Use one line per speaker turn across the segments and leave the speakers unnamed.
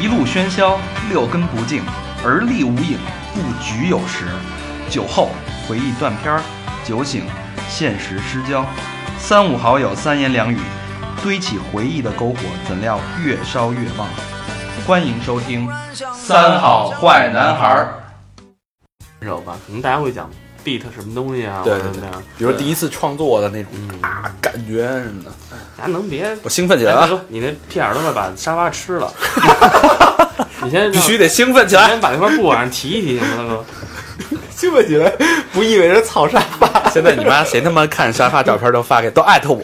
一路喧嚣，六根不净，而立无影，不局有时。酒后回忆断片儿，酒醒现实失焦。三五好友三言两语，堆起回忆的篝火，怎料越烧越旺。欢迎收听《三好坏男孩儿》。
分手吧，可能大家会讲 beat 什么东西啊，
对
或者
对
怎么
对
样，，
比如第一次创作的那种
嗯，
啊感觉什么的，
咱能别
我兴奋起来
哎大
了，
哥，你那屁眼儿都快把沙发吃了， 你先让
必须得兴奋起
你
来，
先把那块布往上提一提行吗，大 哥？
兴奋起来，不意味着草沙发。
现在你妈谁他妈看沙发照片都发给都艾特我，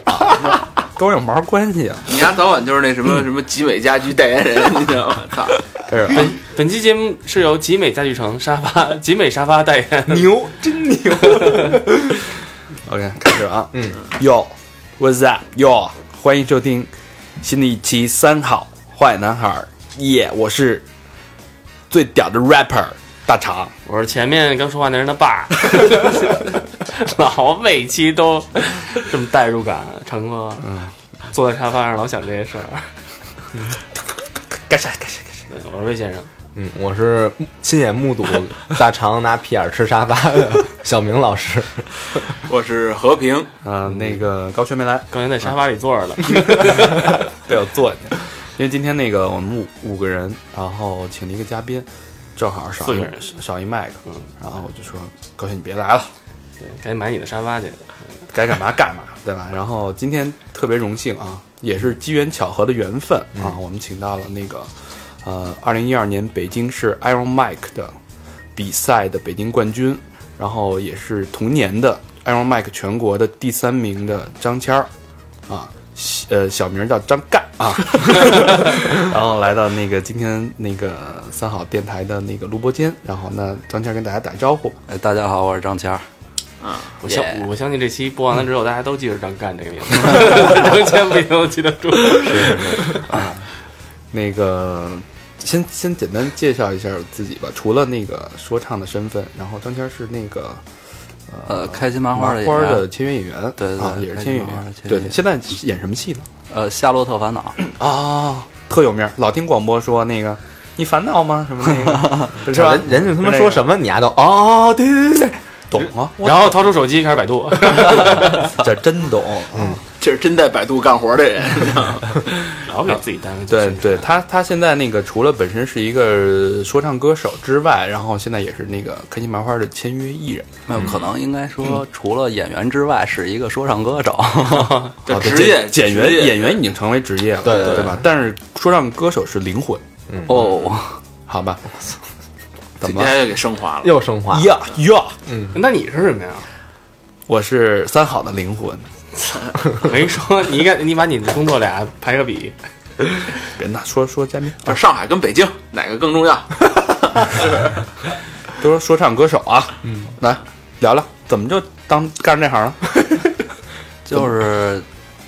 跟我 有毛关系啊？
你丫早晚就是那什么什么集美家居代言人，你知道吗？操！
这是
本本期节目是由集美家具城沙发集美沙发代言，
牛，真牛！
OK 开始啊，嗯，Yo，What's up？Yo，欢迎收听新的一期《三好坏男孩》，耶，我是最屌的 rapper 大肠，
我是前面刚说话那人的爸， 老每期都这么代入感，成哥，
嗯
坐在沙发上老想这些事儿。
干啥干啥干啥？
对我是魏先生，
嗯，我是亲眼目睹大肠拿屁眼儿吃沙发的小明 老师。
我是和平，
嗯，那个高轩没来，
刚才在沙发里 坐着呢。
被我坐进去。因为今天那个我们五五个人，然后请了一个嘉宾，正好少
四
一
个人
少一麦克，
嗯
然后我就说高轩你别来了，
对，赶紧买你的沙发去。
该干嘛干嘛，对吧？然后今天特别荣幸啊，也是机缘巧合的缘分啊，我们请到了那个呃，二零一二年北京市 Iron Mike 的比赛的北京冠军，然后也是同年的 Iron Mike 全国的第三名的张谦儿啊，西呃，小名叫张干啊， 然后来到那个今天那个三好电台的那个录播间，然后呢，张谦儿跟大家打招呼，
哎，大家好，我是张谦儿。
我相
Yeah
我相信这期播完了之后，大家都记得张干这个 名字，张谦不一定都记得住。
那个先先简单介绍一下我自己吧，除了那个说唱的身份，然后张谦儿是那个
呃，开心麻花
麻
的演
花儿
员
的签约演员，
对对
啊，
对
也是
开
签约演
心麻花
员
的签，约
对
演，员
现在演什么戏呢？
呃，《夏洛特烦恼》
啊，特有名儿，老听广播说那个你烦恼吗？什么那 个是吧？
人人家他妈
那
说
个
什么，你丫都哦，对对对对，
懂啊，
然后掏出手机开始百度，
这真懂，嗯。
这是真在百度干活的人，
老给自己单位做
对
事
对，他他现在那个除了本身是一个说唱歌手之外，然后现在也是那个开心麻花的签约艺人。
没有可能，应该说除了演员之外，是一个说唱歌手。
这
哦对
职业
演员
职业
演员已经成为职业了，
对对
对
对
吧？但是说唱歌手是灵魂，
哦，
好吧？怎
今
么了
天又给升华了。
又升华。
呀呀？
那你是什么呀？
我是三好的灵魂，
我跟你说，你应该你把你的工作俩排个比，
别那说说嘉宾，
不是上海跟北京哪个更重要？
都说说唱歌手啊，嗯，来聊聊怎么就当干这行了？
就是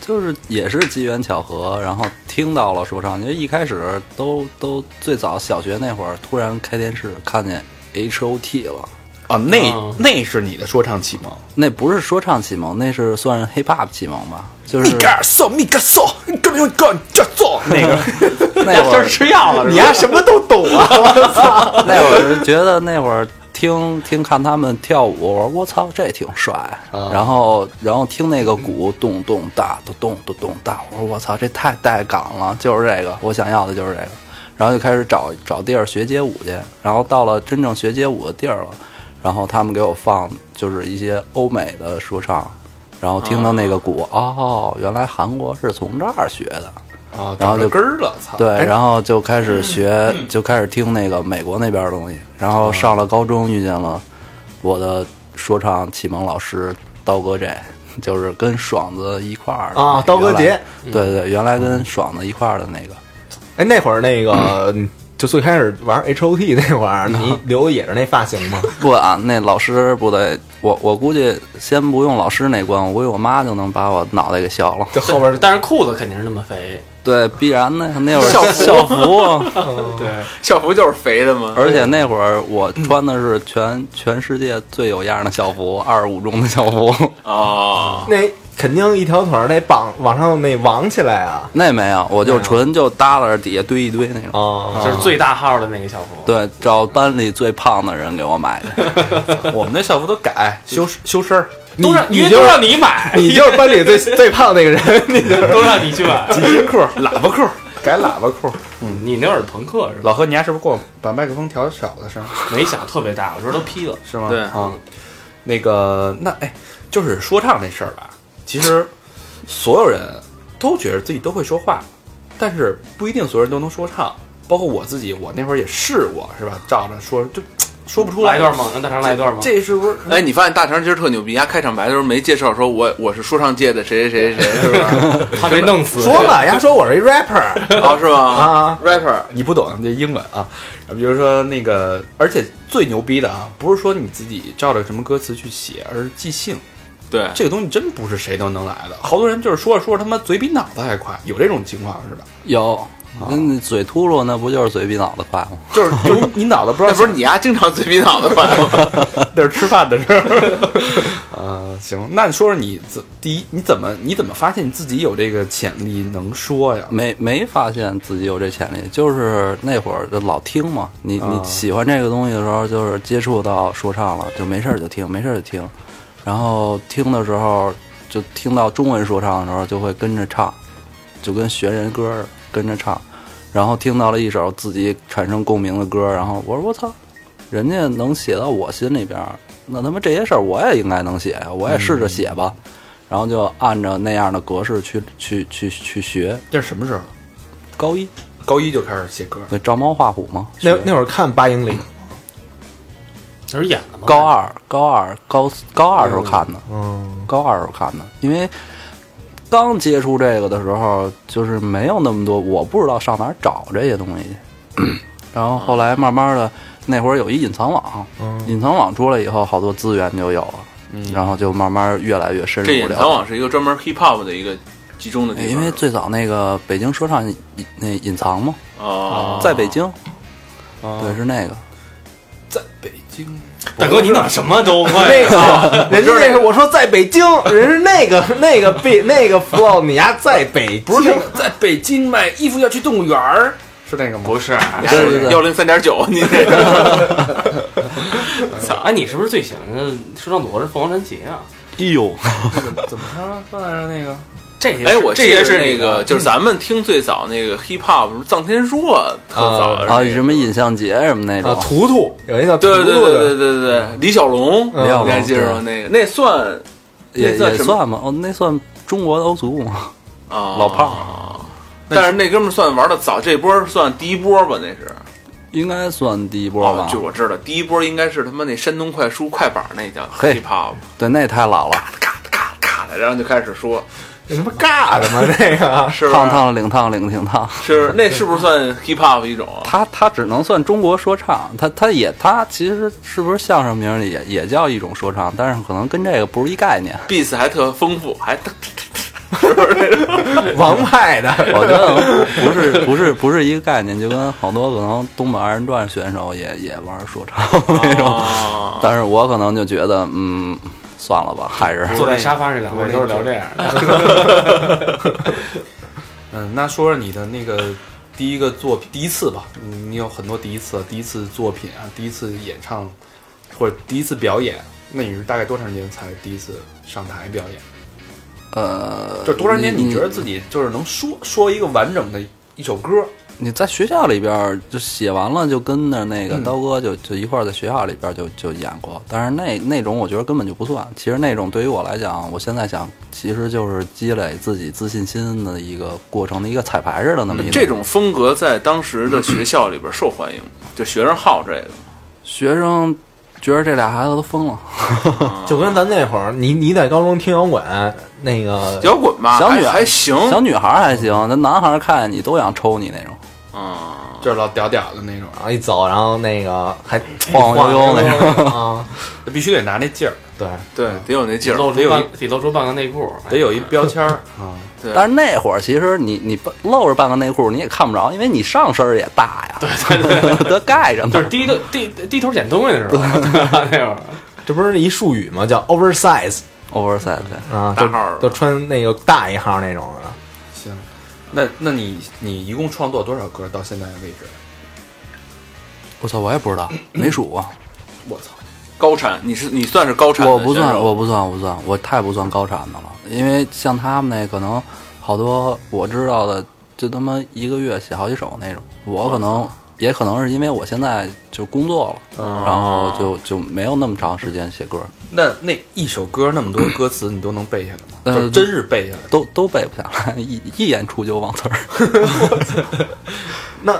就是也是机缘巧合，然后听到了说唱，因为一开始都都最早小学那会儿，突然开电视看见 H O T 了。
啊，那
嗯
哦
那是你的说唱启蒙。啊
那不是说唱启蒙，那是算 hip hop 启蒙吧？就是
你敢说，你敢说，你敢用敢敢说那个
那会儿
吃药了，
你丫什么都懂啊！
那会儿觉得那会儿听听看他们跳舞，我说我操，这挺帅。然后然后听那个鼓咚咚哒咚咚咚咚哒，我说我操，这太带感了，就是这个，我想要的就是这个。然后就开始找找地儿学街舞去，然后到了真正学街舞的地儿了，然后他们给我放就是一些欧美的说唱，然后听到那个鼓，哦，原来韩国是从这儿学的，
啊，
然后
长
就
着根儿了，操！
对，
哎
然后就开始学，
嗯
就开始听那个美国那边的东西。然后上了高中，遇见了我的说唱启蒙老师刀哥 J，就是跟爽子一块儿的
啊
那个
刀哥
原来
杰
对对对，原来跟爽子一块儿的那个，
哎，那会儿那个就最开始玩 H O T 那会儿，你
啊
留的也是那发型吗？
不啊，那老师不得我，我估计先不用老师那关，我估计我妈就能把我脑袋给削了。
就后 边
但是裤子肯定是那么肥，
对，必然的，那会儿
校 服
校服，
校服就是肥的吗？
而且那会儿我穿的是全全世界最有样儿的校服，二十五中的校服。
哦，
那肯定一条腿儿得绑往上那绑起来啊。
那没有，我就纯就耷拉着底下堆一堆那种。
哦
就是最大号的那个校服。
对，找班里最胖的人给我买的。
我们那校服都改修修身儿，
嗯你
都让
你
你
就
都
是
让你买，
你就是班 里最最胖那个人，你就
都让你去 买。
紧身裤、喇叭裤，改喇叭裤。
你那会儿朋克是吧？
老何，你家是不是给我把麦克风调小了声？
没想特别大，我说都劈了。
是吗？
对
啊，那个那哎，就是说唱这事儿吧，其实所有人都觉得自己都会说话，但是不一定所有人都能说唱。包括我自己，我那会儿也试过，是吧？照着说就说不出来
来一段吗？让大肠来一段吗？
这是不是？
哎，你发现大肠今儿特牛逼，他开场白的时候没介绍说我我是说唱界的谁谁谁谁，是不是？
他被弄死。
说了，人家说我是一 rapper
哦，是吗
啊，
？rapper，
你不懂这英文啊，比如说那个，而且最牛逼的啊，不是说你自己照着什么歌词去写，而是即兴。
对，
这个东西真不是谁都能来的，好多人就是说着说着他妈嘴比脑子还快，有这种情况是吧？
有，那你嘴秃噜那不就是嘴比脑子快吗？
就是就是你你脑子不知
那
道
不是你丫经常嘴比脑子快吗？
那是吃饭的时候。 呃，行，那你说说你怎第一你怎么你怎么发现你自己有这个潜力能说呀？
没没发现自己有这潜力，就是那会儿就老听嘛。你
啊
你喜欢这个东西的时候，就是接触到说唱了，就没事儿就听，没事儿就听。然后听的时候，就听到中文说唱的时候，就会跟着唱，就跟学人歌儿跟着唱。然后听到了一首自己产生共鸣的歌，然后我说我操，人家能写到我心里边儿，那他妈这些事儿我也应该能写呀，我也试着写吧。然后就按照那样的格式去去去去学，
这是什么时候？
高一
高一就开始写歌，
对照猫画虎嘛，
那那会儿看八英里，
那是演的吗？
高二高二高高二时候看的，
嗯，
高二时候看的，因为刚接触这个的时候，就是没有那么多，我不知道上哪儿找这些东西去。然后后来慢慢的，那会儿有一隐藏网，
嗯
隐藏网出来以后，好多资源就有了，然后就慢慢越来越深入
这
了解。
隐藏网是一个专门 hip hop 的一个集中的地方，
哎因为最早那个北京说唱隐那隐藏嘛，
哦，
在北京，对，是那个。
在北京。
大哥，你怎么什么都会啊
那？个 人家那个我说在北京，人是那个那个 B 那个 flow，你丫在北
不是
京
那个在北京卖衣服要去动物园儿，是那个吗？
不是。
啊
对对对
幺零三点九，你这个
哎，你是不是最喜欢的说唱组合是凤凰传奇啊？
哎呦，
怎么说说来着那个？
这些
哎，我
这
记
些
得
是
是那个，就是咱们听最早那个 hip hop，什么臧天朔特早是
啊，
那个
什么尹相杰什么那
啊，
种，
图图有一个叫图
对对
图
对对
的，
对对，李小龙，
嗯
你还记着吗？那个那算
也
那算
也
什么
算吧。哦，那算中国的欧足嘛。
啊，
老炮
炮。但是那哥们儿算玩的早，这波算第一波吧？那是
应该算第一波
哦
吧，
就？我知道，第一波应该是他妈那山东快书快板那叫
嘿
hip hop，
对，那太老了，
咔咔咔的，然后就开始说，
有什么尬的吗？那 个
是
烫
吧？
烫领烫领挺烫。
是那是不是算 hip hop 一种啊？
他他只能算中国说唱，他他也他其实是不是相声名里也也叫一种说唱，但是可能跟这个不是一概念。
beats 还特丰富，还
王派的，
我觉 得不是不是不是一个概念，就跟好多可能东北二人转选手也也玩说唱那种，
啊，
但是我可能就觉得嗯，算了吧，还是
坐在沙发上两位都是聊这样的。
嗯，那说说你的那个第一个作品，第一次吧，嗯你有很多第一次，第一次作品啊，第一次演唱或者第一次表演，那你是大概多长时间才第一次上台表演？
呃，
就多长时间
你
你觉得自己就是能说说一个完整的一首歌？
你在学校里边儿就写完了，就跟着那个刀哥就就一块儿在学校里边儿就就演过，但是那那种我觉得根本就不算。其实那种对于我来讲，我现在想其实就是积累自己自信心的一个过程的一个彩排似的那么一个。
嗯这种风格在当时的学校里边受欢迎，就学生好这
嗯
个
学生觉得这俩孩子都疯了，
就跟咱那会儿，你你在高中听摇滚，那个
摇滚吧，
小女
啊还还行，
小女孩儿还行，那男孩儿看见你都想抽你那种。啊
嗯，
就是老屌屌的那种，啊
啊然后一走，然后那个还
晃晃悠悠那
种啊，
必须得拿那劲儿，
对，
对，
嗯
得有那劲儿，
露
得
出
有
半得露出半个内裤，
得有一标签 儿。
对
但是那会儿其实你你露着半个内裤你也看不着，因为你上身儿也大呀，对对对， 都盖着呢。
就是低头低低头捡东西的时候，那会儿
这不是一术语吗？叫 oversize
oversize 对。
啊，
大号儿
都都穿那个大一号那种的。
行，那那你你一共创作多少歌到现在的为止？
我操，我也不知道，没数过。
我操，
高产，你是你算是高产的
我不
选
算，
手
我不算，我不算，我太不算高产的了。因为像他们那可能好多我知道的，就他妈一个月写好几首那种。我可能也可能是因为我现在就工作了，
哦
然后就就没有那么长时间写歌，
那那一首歌那么多歌词，你都能背下来吗？
呃
就是真是背下来？
都都背不下来，一一演出就忘词儿。
那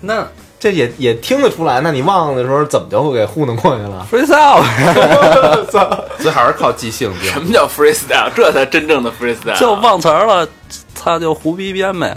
那这也也听得出来，那你忘的时候怎么就给糊弄过去了？
freestyle 呗
所以还是靠即兴比较
什么叫 freestyle？这 才真正的 freestyle。啊
就忘词儿了，他就胡逼编呗。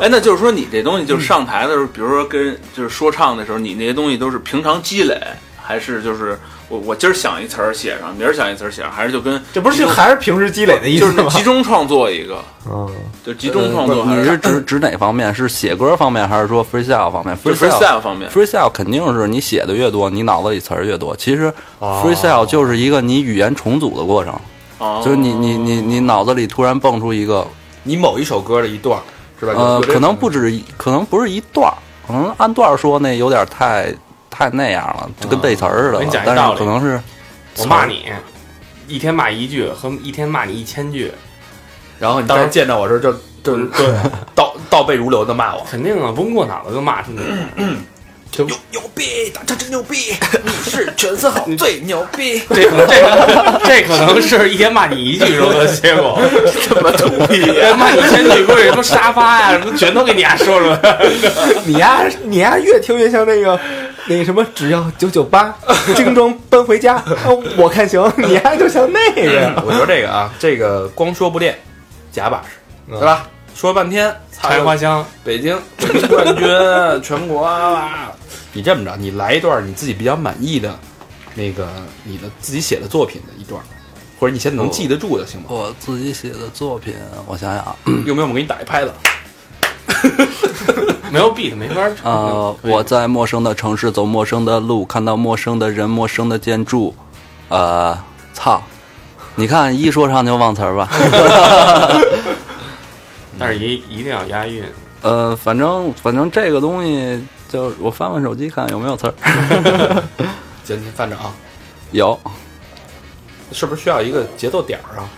哎，那就是说你这东西
嗯
就是上台的时候，比如说跟就是说唱的时候，你那些东西都是平常积累，还是就是我我今儿想一词儿写上，明儿想一词儿写上，还是就跟
这不是就还是平时积累的意
就
思
是你
吗？
集中创作一个，
嗯，
就集中创作还
呃你嗯是
是
指指哪方面？是写歌方面，还是说 freestyle 方面
就
？freestyle
freestyle 方面？
freestyle 肯定是你写的越多，你脑子里词儿越多。其实 freestyle 就是一个你语言重组的过程，
哦
就是你你你你脑子里突然蹦出一个，
你某一首歌的一段儿是吧？
呃，
有这
可能不止一，可能不是一段儿，可能按段儿说那有点太太那样了，就
哦
跟背词儿似
我
的
跟
了
你讲。一
但
道
是
理
可能是
我骂你，一天骂一句和一天骂你一千句，
然后你当时见着我这儿就就
嗯
就倒 倒背如流的骂我，
肯定啊，嗡过脑子就骂出去。
嗯牛逼，他真 牛逼，你是全森好最牛逼，
这这这可能是一天骂你一句说的结果，
这么土
啊
逼，
骂你一千句，估计什么沙发呀、什么全都给你丫说出来。
你呀你呀越听越像那个那个什么，只要九九八精装搬回家，啊我看行，你呀就像那个。
我说这个啊，这个光说不练，假把式，对吧？说半天，操
茶余花香，
北京北京冠军，全国啊！你这么着，你来一段你自己比较满意的，那个你的自己写的作品的一段，或者你现在能记得住的行吗？
我自己写的作品，我想想啊，
有没有我给你打一拍子？
没有 beat 没法唱。
嗯
呃，我在陌生的城市走陌生的路，看到陌生的人、陌生的建筑，呃，操！你看一说唱就忘词儿 吧，
但是一一定要押韵。
呃，反正反正这个东西就我翻翻手机看有没有词儿，
行，你翻着啊，
有，
是不是需要一个节奏点儿啊？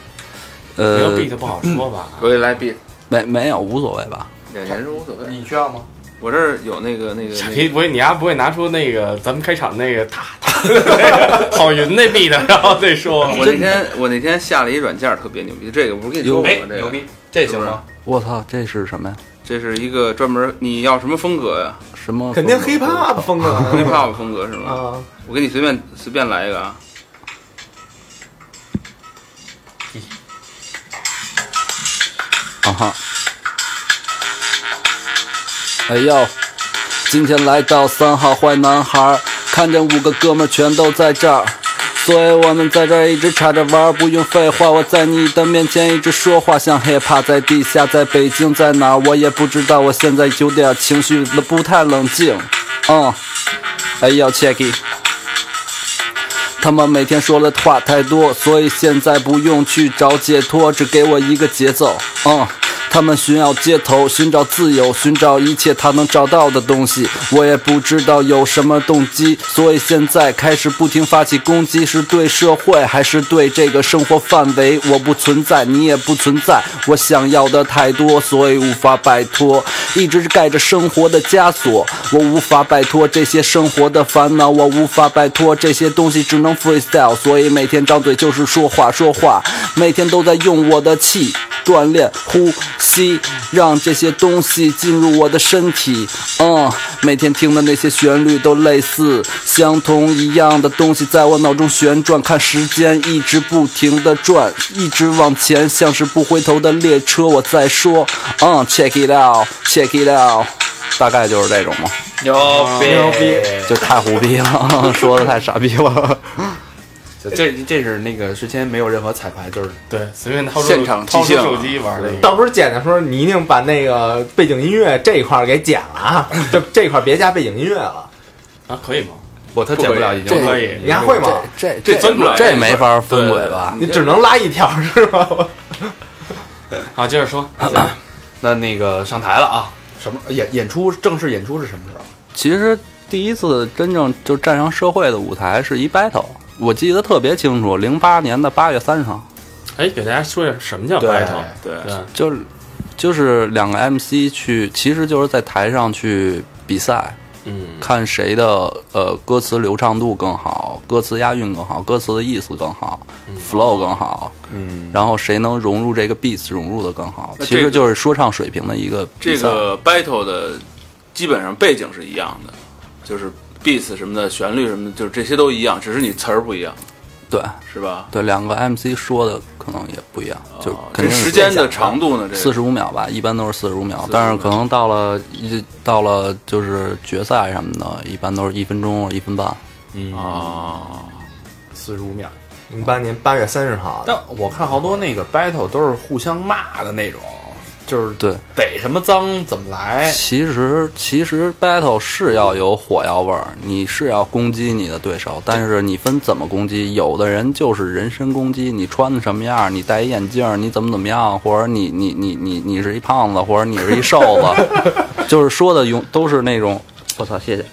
没有
呃，
beat 不好说吧？
我给来 B，
没没有无所谓吧，
两年是无所谓。
需要吗？
我这儿有那个那个
傻
那
逼，
个，
不会你丫不会拿出那个咱们开场那个踏 踏那个郝云那 beat，然后再说
我那天我那天下了一软件儿特别牛逼，这个不是跟你说过
哎
吗？，这
牛
个
逼，这行吗？
我操，这是什么呀？
这是一个专门你要什么风格呀
什么
肯定
风格
hip hop 风啊
？hip hop 风格是吗？
啊，
我给你随便随便来一个啊。
啊哈！哎呦，今天来到三号坏男孩，看见五个哥们儿全都在这儿，所以我们在这儿一直插着玩儿，不用废话，我在你的面前一直说话，像 hiphop 在地下，在北京，在哪儿我也不知道，我现在有点情绪了，不太冷静，嗯，哎呦，check it。他们每天说的话太多，所以现在不用去找解脱，只给我一个节奏。嗯，他们寻找街头，寻找自由，寻找一切他能找到的东西。我也不知道有什么动机，所以现在开始不停发起攻击，是对社会还是对这个生活范围？我不存在，你也不存在。我想要的太多，所以无法摆脱，一直是盖着生活的枷锁。我无法摆脱这些生活的烦恼，我无法摆脱这些东西，只能 freestyle。所以每天张嘴就是说话，说话，每天都在用我的气锻炼呼吸，让这些东西进入我的身体。嗯，每天听的那些旋律都类似，相同一样的东西在我脑中旋转，看时间一直不停的转，一直往前，像是不回头的列车。我在说，嗯，check it out，check it out，大概就是这种嘛。
牛逼，牛逼！
就太胡逼了， 说的太傻逼了。
这这是那个之前没有任何彩排，就是
对，随便掏出
现场
掏出
即兴啊
手机玩那个。
到时候剪的时候你一定把那个 背景音乐这一块儿给剪了啊，就这一块儿别加背景音乐了。
啊，可以吗？
不，他减不了已
这
经。
可以你还会吗？
这
这分不了
这没法分轨吧？
你只能拉一条是吗？
好，接着说，
那那个上台了啊， 什么演演出正式演出是什么时候？
其实第一次真正就站上社会的舞台是一 battle，我记得特别清楚，零八年的八月三十号，
哎，给大家说一下什么叫
对
battle，
对，
对，
就是就是两个 MC 去，其实就是在台上去比赛，
嗯，
看谁的呃歌词流畅度更好，歌词押韵更好，歌词的意思更好、f
嗯
l o w 更好，
嗯，
然后谁能融入这个 beats 融入的更好，
那
其
这
实
个
就是说唱水平的一个比
这
赛。
个 battle 的基本上背景是一样的，就是 beats 什么的，旋律什么的，就是这些都一样，只是你词儿不一样，
对
是吧？
对，两个 MC 说的可能也不一样，就
哦
肯定
这
是
时间的长度呢？这
四十五秒吧，一般都是四十五秒，但是可能到了一到了就是决赛什么的，一般都是一分钟一分半。
啊，
四十五秒。
零八年八月三十号，啊
但我看好多那个 battle 都是互相骂的那种，就是
对，
逮什么脏怎么来。
其实其实 battle 是要有火药味儿，你是要攻击你的对手，但是你分怎么攻击。有的人就是人身攻击，你穿的什么样儿，你戴一眼镜儿，你怎么怎么样，或者你你你你你是一胖子，或者你是一瘦 子，就是说的永都是那种。我操，谢谢。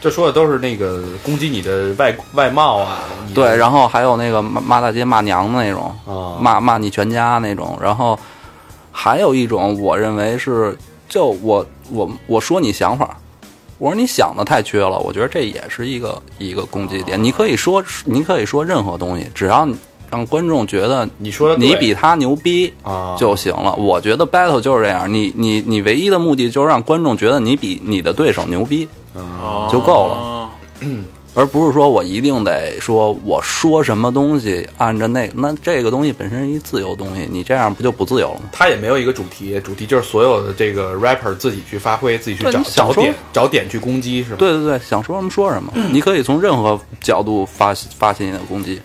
这说的都是那个攻击你的外外貌啊，你
对，然后还有那个骂骂大街骂娘的那种，
啊
骂骂你全家那种。然后还有一种，我认为是，就我我我说你想法，我说你想的太缺了，我觉得这也是一个一个攻击点。
啊
你可以说你可以说任何东西，只要你让观众觉得
你说的对
你比他牛逼。
啊，
就行了，我觉得 battle 就是这样，你你你唯一的目的就是让观众觉得你比你的对手牛逼，就够
了。
而不是说我一定得说我说什么东西按着那那这个东西本身是一自由东西，你这样不就不自由了吗？
他也没有一个主题，主题就是所有的这个 rapper 自己去发挥，自己去
对
找
你想
找
说
点找点去攻击，是吧？
对对对，想说什么说什么，你可以从任何角度发发起你的攻击。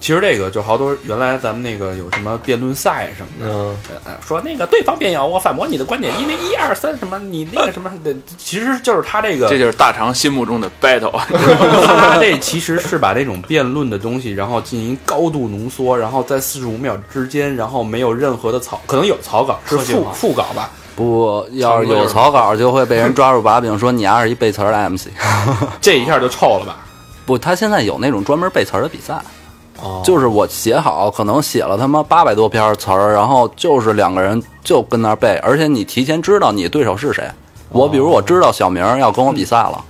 其实这个就好多原来咱们那个有什么辩论赛什么的，
嗯，
呃说那个对方辩友，我反驳你的观点，因为一二三什么，你那个什么的，其实就是他这个，
这就是大肠心目中的 battle，
他这其实是把那种辩论的东西，然后进行高度浓缩，然后在四十五秒之间，然后没有任何的草，可能有草稿，是
特性
副
化
副稿吧，
不，要是有草稿，就会被人抓住把柄，说你丫是一背词儿的 MC。
这一下就臭了吧？
不，他现在有那种专门背词儿的比赛，
哦
就是我写好，可能写了他妈八百多篇词儿，然后就是两个人就跟那儿背，而且你提前知道你对手是谁。我比如我知道小明要跟我比赛了，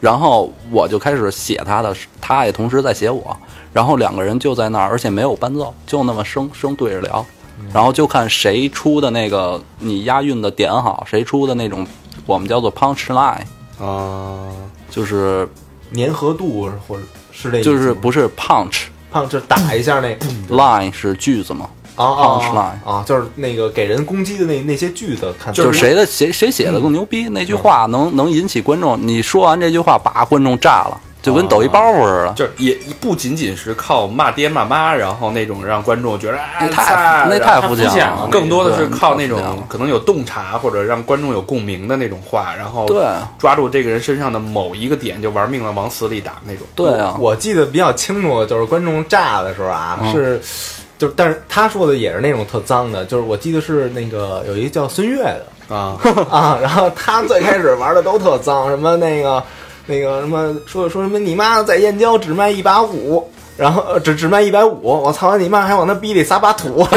然后我就开始写他的，他也同时在写我，然后两个人就在那儿，而且没有伴奏，就那么生生对着聊，然后就看谁出的那个你押韵的点好，谁出的那种我们叫做 punch line，
啊，
就是
粘合度或者是这，
就是不嗯是 punch
胖就打一下那
line 是句子吗？
啊啊
punchline
啊，就是那个给人攻击的那那些句子，看
就是嗯谁的谁谁写的更牛逼，那句话能能引起观众，你说完这句话，把观众炸了，就跟抖一包袱似的。
就是也不仅仅是靠骂爹骂妈，然后那种让观众觉得哎
那太那太肤浅
太肤浅
了
了，
更多的是靠那
对太肤
种
浅了
可能有洞察或者让观众有共鸣的那种话，然后
对
抓住这个人身上的某一个点就玩命的往死里打那种。
对啊，
我记得比较清楚，就是观众炸的时候啊，
嗯
是就是，但是他说的也是那种特脏的，就是我记得是那个有一个叫孙悦的，
啊，
啊，然后他最开始玩的都特脏，什么那个那个什么说说什么你妈在燕郊只卖一把五。然后呃只只卖一百五，我操你妈！还往他逼里撒把土，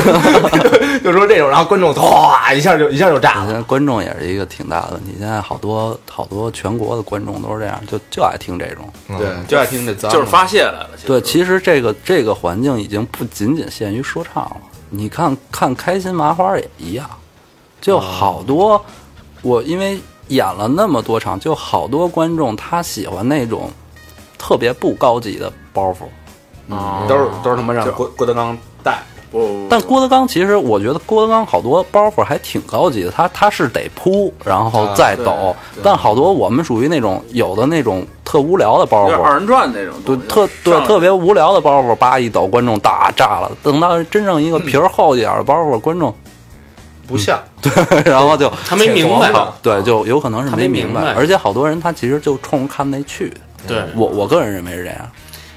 就说这种，然后观众哗一下就一下就炸
现
了。
在观众也是一个挺大的问题，现在好多好多全国的观众都是这样，就就爱听这种。
对，就爱听这脏的，
就是发泄来了。其实
对，其实这个这个环境已经不仅仅限于说唱了，你看看开心麻花也一样，就
啊
好多、我因为演了那么多场，就好多观众他喜欢那种特别不高级的包袱。
啊
都是都是他妈让郭郭德纲带。
不，
但郭德纲其实，我觉得郭德纲好多包袱还挺高级的，他他是得铺，然后再抖。
啊对对
但好多我们属于那种有的那种特无聊的包
有点
袱，
二人转那种
对
东西，
特对
上来
特别无聊的包袱，叭一抖，观众大炸了。等到真正一个皮儿厚一点的包袱，观众嗯
不像，
然后就
他没明白，
对，就有可能是
他没
明
明白
而且好多人他其实就冲着看那去，
对
我我个人认为是这样。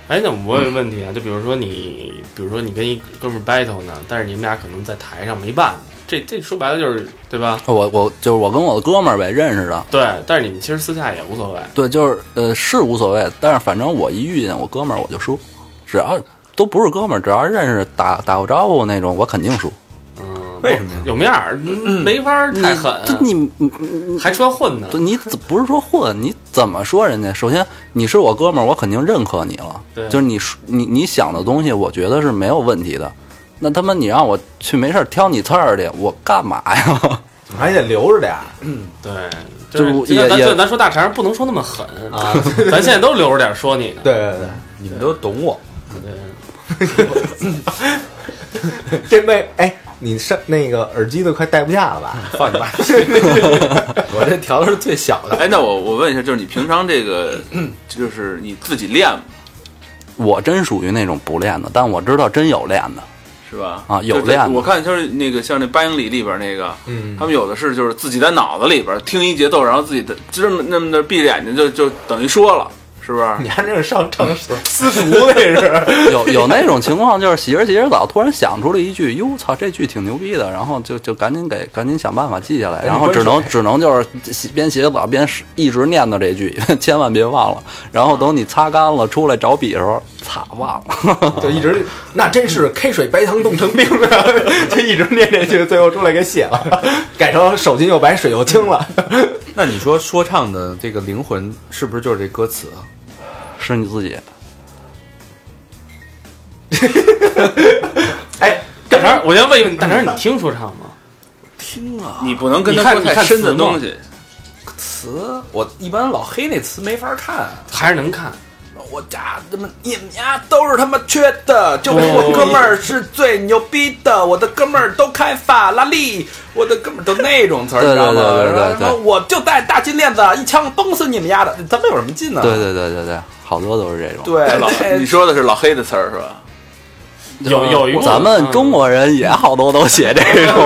哎，那我有个问题啊，就比如说你，比如说你跟一哥们儿 battle 呢，但是你们俩可能在台上没办，这这说白了就是对吧？
我我就是我跟我的哥们儿呗，认识的，
对，但是你们其实私下也无所谓。
对，就是呃是无所谓，但是反正我一遇见我哥们儿我就输，只要都不是哥们儿，只要认识打打过招呼那种，我肯定输。
嗯，
为什么呀
有面儿，没法儿太狠，啊
这你你你
还说混呢？
你怎不是说混，你怎么说人家？首先你是我哥们儿，我肯定认可你了。
对
就是你说你你想的东西，我觉得是没有问题的。那他妈你让我去没事儿挑你刺儿去，我干嘛呀？
还得留着点儿。
对，
就是也
咱咱
也
咱说大肠不能说那么狠啊，咱现在都留着点说你呢。
对对对，
你们都懂我，
这妹，哎，你上那个耳机都快戴不下了吧？
放你爸！我这调的是最小的，
哎，那我我问一下，就是你平常这个，就是你自己练吗
我真属于那种不练的，但我知道真有练的。
是吧？
啊有
就是
练的
我看就是那个像那八英里里边那个，
嗯
他们有的是就是自己在脑子里边听一节奏，然后自己的就这么那么的闭着眼睛就就等于说了，是不是？
你还这是上上私塾那是？
有有那种情况，就是洗着洗着澡，突然想出了一句“哟，操，这句挺牛逼的”，然后就就赶紧给赶紧想办法记下来，然后只能只能就是洗边洗着澡边是一直念叨这句，千万别忘了。然后等你擦干了出来找笔的时候，擦忘了。
就一直，那真是开水白糖冻成冰啊！ 就一直念这句，最后出来给写了，改成手筋又白，水又清了。
那你说说唱的这个灵魂是不是就是这歌词啊？
是你自己，
哎，
大肠，我先问一问，大肠你听说唱吗？
啊
你不能跟
你
他
看
说
你
太
看
深的
词吗
东西。
词我一般老黑那词没法看，
还是能看？
我家他妈你们家都是他妈缺的，就我哥们儿是最牛逼的，我的哥们儿都开法拉利，我的哥们儿都那种词儿，你
对
知道吗？
对对对对
然后
对
我就带大金链子，一枪崩死你们家的，他们有什么劲呢？
对对对对对，好多都是这种。
嗯
哎
对，
哎老
那
你说的是老黑的词儿是吧？
有有一嗯个
嗯咱们中国人也好多都写这 种。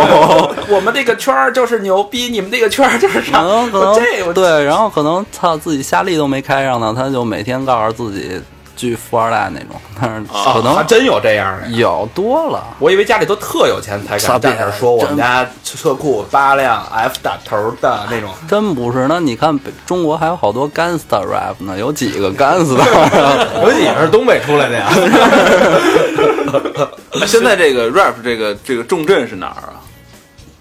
我们这个圈儿就是牛逼，你们这个圈儿 就是
可
啥？
能可
我这
能
我
对，然后可能操自己瞎力都没开上呢，他就每天告诉自己巨富二代那种，但是
啊
可能
还真有这样的。
有多了，
我以为家里都特有钱才
傻
敢站
逼
那儿说我们
真
家车库八辆 F 打头的那种，
真不是。那你看北中国还有好多 gangster rap 呢，有几个 gangster？
有几个是东北出来的呀？
那现在这个 rap 这个这个重镇是哪儿啊？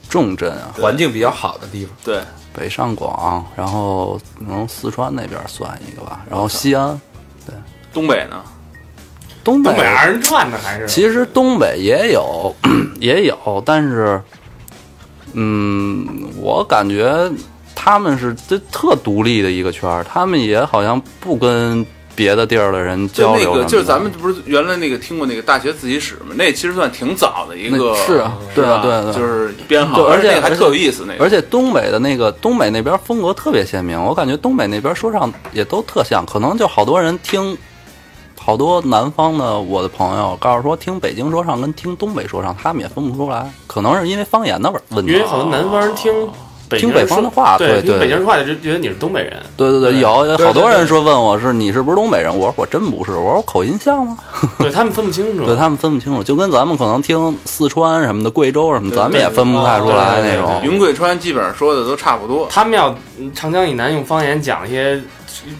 重镇啊，
环境比较好的地方。
对，
北上广，然后可能四川那边算一个吧，然后西安、
东北呢？
东北
东北
啊
二人转呢，还是
其实东北也有， 也有，但是，嗯，我感觉他们是这特独立的一个圈儿，他们也好像不跟别的地儿的人
就
交
那
流什么的。
个，就是咱们不是原来那个听过那个大学自习室吗？那其实算挺早的一个，
那是啊
是吧
对啊对啊
就是编号，
对而且
那个还特有意思那个，
而且东北的那个东北那边风格特别鲜明，我感觉东北那边说唱也都特像，可能就好多人听，好多南方的我的朋友告诉说听北京说唱跟听东北说唱，他们也分不出来，可能是因为方言的问题。
因为好多南方人听北京
哦听
人
北方
说
的话对
对，听
对
北京人话就觉得你是东北人。
对对对，
对
有有好多人说问我是你是不是东北人，我说我真不是，我说口音像吗？
对他们分不清楚。
对他们分不清楚，就跟咱们可能听四川什么的、贵州什么，咱们也分不太出来
对对对
那种。
云贵川基本上说的都差不多。
他们要嗯长江以南用方言讲一些，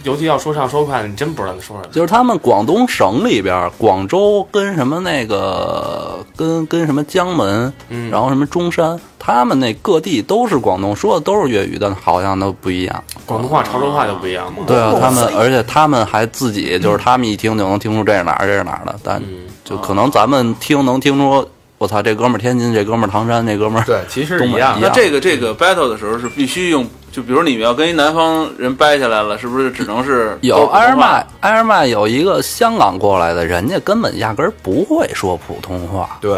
尤其要说唱说快的，你真不知道他说什么。
就是他们广东省里边儿，广州跟什么那个跟跟什么江门，
嗯
然后什么中山，他们那各地都是广东，说的都是粤语，但好像都不一样。
广东话、潮州话就不一样嘛。
对啊，他们而且他们还自己就是他们一听就能听出这是哪儿，这是哪儿的，但
嗯
就可能咱们听能听出，我操，这哥们儿天津，这哥们儿唐山，这哥们儿
对，其实
东
一
北
样
一
那
样。
这个这个 battle 的时候是必须用，就比如你们要跟一南方人掰下来了，是不是只能是
有
艾
埃尔麦，埃尔麦有一个香港过来的，人家根本压根儿不会说普通话，
对，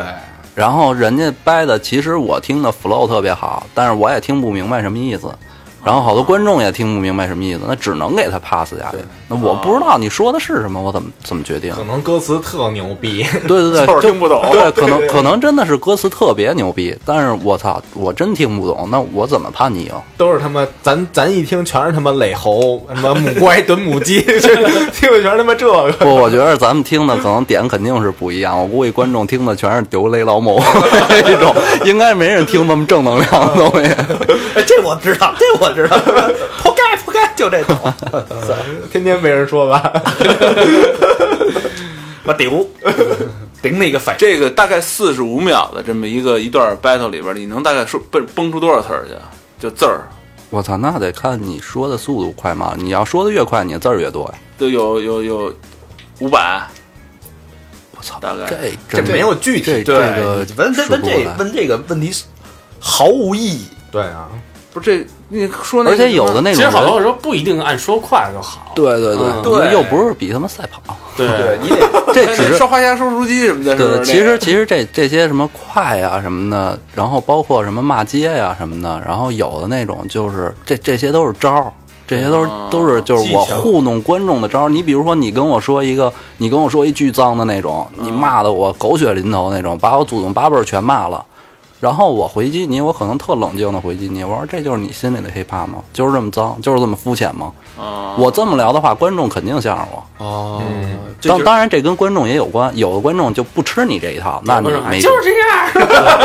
然后人家掰的，其实我听的 flow 特别好，但是我也听不明白什么意思。然后好多观众也听不明白什么意思，那只能给他 pass 下去。那我不知道你说的是什么，我怎么怎么决定？
可能歌词特牛逼，
对对
就
对，
是听不懂
对，可能可能真的是歌词特别牛逼，但是我操，我真听不懂，那我怎么判你赢？
都是他妈，咱咱一听全是他妈垒猴，什么母乖炖母鸡， 这听的全是他妈这个。
不，我觉得咱们听的可能点肯定是不一样，我估计观众听的全是丢雷老某 这种，应该没人听那么正能量的东西。
这我知道，这我知道，活该活该，就这种，天天被人说吧，我丢，顶你个肺！
这个大概四十五秒的这么一个一段 battle 里边，你能大概说蹦蹦出多少词儿去？啊就字儿，
我操，那得看你说的速度快吗？你要说的越快，你的字儿越多呀。
都有有有五百，
我操，
大概
这
这
真
没有具
这
体
这个
问问
说
问
不过
这
来
问这个问题是毫无意义。
对啊，
不是这你说那
而
个
且有的那
其
种
实好
人，
多时候不一定按说快就好，
对对
嗯
对，你又不是比他们赛跑，
对
对你得
这
那
只是
刷花虾、收书机什么的，是不
对，
是？
其实其实这这些什么快呀、什么的，然后包括什么骂街呀、什么的，然后有的那种就是这这些都是招儿，这些都是、
哦
都是就是我糊弄观众的招儿。你比如说，你跟我说一个，你跟我说一巨脏的那种，你
嗯
骂的我狗血淋头那种，把我祖宗八辈儿全骂了。然后我回击你，我可能特冷静的回击你，我说这就是你心里的 hiphop 吗？就是这么脏，就是这么肤浅吗？
啊，
我这么聊的话，观众肯定向着我。
哦，
这就
当
是
当然，这跟观众也有关，有的观众就不吃你这一套，那你
观众还
没辙
就是这样，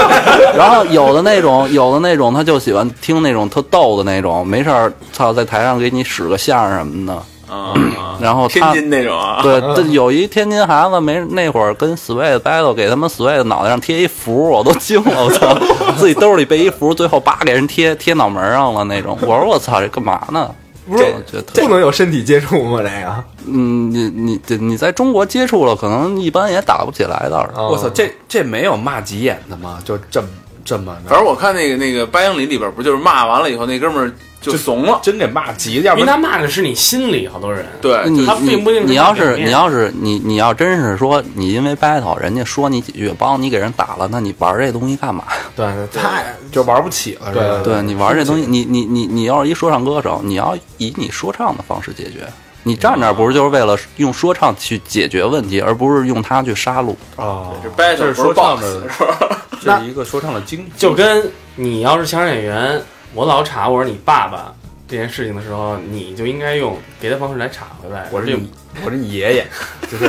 然后有的那种， 有的那种，他就喜欢听那种特逗的那种，没事儿，操，在台上给你使个相声什么的。
啊，啊
然后
天
哦他
津那种啊，
对，这有一天津孩子没那会儿跟 Sway battle，给他们 Sway 的脑袋上贴一符，我都惊了，我操，自己兜里背一符，最后叭给人贴贴脑门上了那种。我说我操，这干嘛呢？
不是
我觉得特
不能有身体接触吗？这个
嗯，你你这你在中国接触了，可能一般也打不起来倒是。
啊
我操，这这没有骂急眼的吗？就这么这么，
反正我看那个那个八英里里边，不就是骂完了以后，那哥们儿就怂了，
真给骂急，要
因
不
为他
然
骂的是你心里，好多人
对，
你
啊他并不一定是
你要
表
是
面
你要是你你要真是说你因为 battle 人家说你几句帮你给人打了，那你玩这东西干嘛？
对，太
就玩不起了，是吧
对
对你玩这东西，你你你你要是一说唱歌手，你要以你说唱的方式解决。你站那儿不是就是为了用说唱去解决问题，而不是用它去杀戮？
啊，
这
这
battle
是
不是
说唱
box
的
是吧？
这是一个说唱的经，
就跟你要是相声演员，我老查我是你爸爸这件事情的时候，你就应该用别的方式来查回来。
我是
就
你我是你爷爷，就是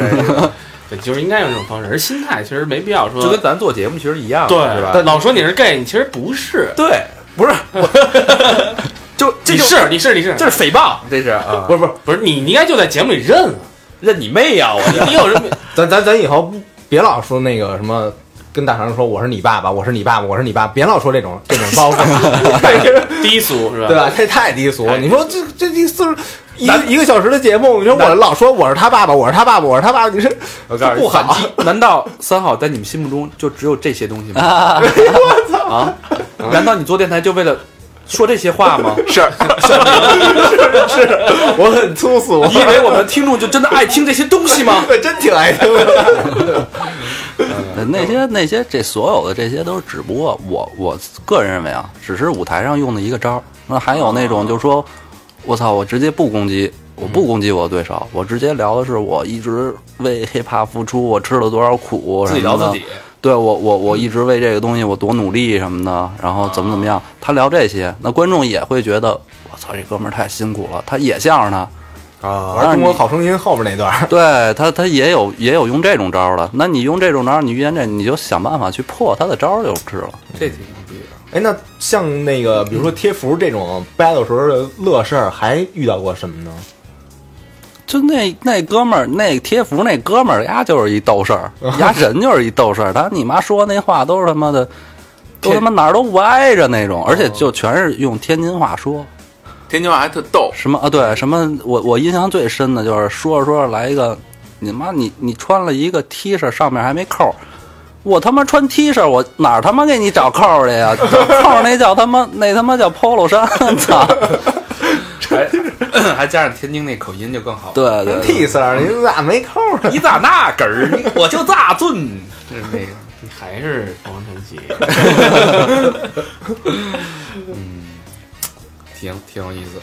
对，就是应该用这种方式，而心态其实没必要说
就跟咱做节目其实一样，是吧
对，？老说你是 gay，你其实不是，
对，不是，我就这
你
就是
你是你是，
这是诽谤，这是啊，不是不是
不是你你应该就在节目里认了，
认你妹啊呀！我
你你有人
咱咱咱以后不别老说那个什么。跟大肠说我是你爸爸，我是你爸爸，我是你爸，爸，别老说这种这种包袱，
哎低俗是吧？
对
啊
吧？这太低俗了。
太
你说这这第四十一个一个小时的节目，你说我老说我是他爸爸，我是他爸爸，我是他爸爸，你是
我告诉你，
不好
反击 难道三好在你们心目中就只有这些东西吗？ 啊！难道你做电台就为了说这些话 吗？
是，
我很粗俗，
你以为我们的听众就真的爱听这些东西吗？
对，真挺爱听的。
呃那些那些这所有的这些都是，只不过我我个人认为啊，只是舞台上用的一个招儿。那还有那
哦
种就是说，我操，我直接不攻击，我不
嗯
攻击我的对手，我直接聊的是我一直为 hiphop 付出，我吃了多少苦什
自
么
己
的。
聊自己，
对我我我一直为这个东西我多努力什么的，然后怎么怎么
哦
样，他聊这些，那观众也会觉得我操这哥们儿太辛苦了，他也向着他，
玩《中国好声音》后边那段儿，
对他他也有也有用这种招儿的，那你用这种招儿，你遇见这你就想办法去破他的招儿就是了。
这挺牛逼的。
哎，那像那个比如说贴符这种 battle 时候的乐事儿，还遇到过什么呢？
就那那哥们儿，那贴符那哥们儿，丫就是一逗事儿，丫人就是一逗事儿。 他你妈说那话都是他妈的，都他妈哪儿都歪着那种，而且就全是用天津话说。
天津话还特逗，
什么啊？对，什么？我我印象最深的就是说着说着来一个，你妈你你穿了一个 T 恤，上面还没扣儿。我他妈穿 T 恤，我哪儿他妈给你找扣儿去呀？找扣儿那叫他妈那他妈叫 polo 衫，操！
还 还加上天津那口音就更好。，
对对对
T 色儿，您啊咋没扣呢？
你咋那根儿？你 我就咋准，就是那个。
你还是凤凰传奇，
挺挺有意思。